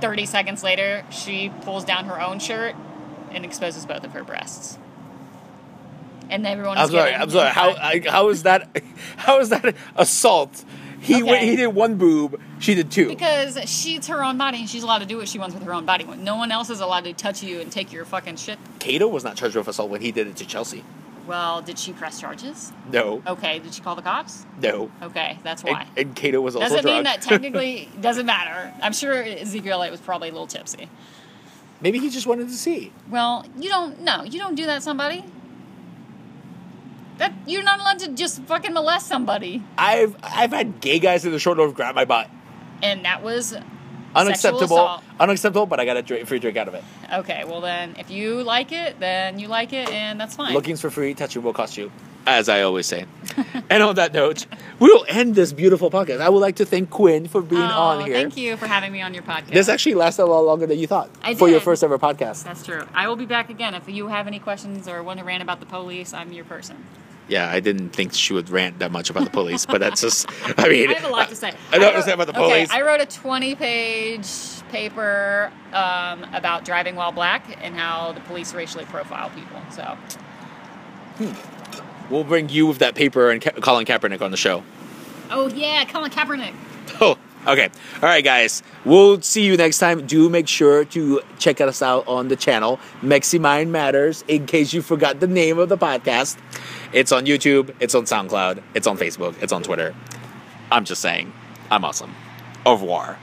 30 seconds later, she pulls down her own shirt and exposes both of her breasts. And everyone I'm was sorry. getting- I'm sorry. How I, how is that? How is that assault? He went, Okay. he did one boob. She did two. because she's her own body and she's allowed to do what she wants with her own body. No one else is allowed to touch you and take your fucking shit. Cato was not charged with assault when he did it to Chelsea. Well, did she press charges? No. Okay, did she call the cops? No. Okay, that's And, Oh. why. and Cato was also doesn't mean drugged. that technically doesn't matter. I'm sure Ezekiel Elliott was probably a little tipsy. Maybe he just wanted to see. Well, you don't no, you don't do that to somebody. That you're not allowed to just fucking molest somebody. I've I've had gay guys in the short order grab my butt. And that was sexual Unacceptable. assault. Unacceptable. But I got a drink, free drink out of it. Okay, well then if you like it, then you like it and that's fine. Lookings for free, touching will cost you. As I always say. and on that note, we'll end this beautiful podcast. I would like to thank Quinn for being Oh, on here. Thank you for having me on your podcast. This actually lasted a lot longer than you thought I for your did. first ever podcast. that's true. I will be back again. If you have any questions or want to rant about the police, I'm your person. Yeah, I didn't think she would rant that much about the police, but that's just. I mean, I have a lot to say. I don't wrote- understand about the okay, police. I wrote a 20 page paper um, about driving while black and how the police racially profile people. So We'll bring you with that paper and Ka- Colin Kaepernick on the show. Oh yeah, Colin Kaepernick. Oh, okay. All right, guys. We'll see you next time. Do make sure to check us out on the channel, Mexi Mind Matters, in case you forgot the name of the podcast. It's on YouTube. It's on SoundCloud. It's on Facebook. It's on Twitter. I'm just saying. I'm awesome. Au revoir.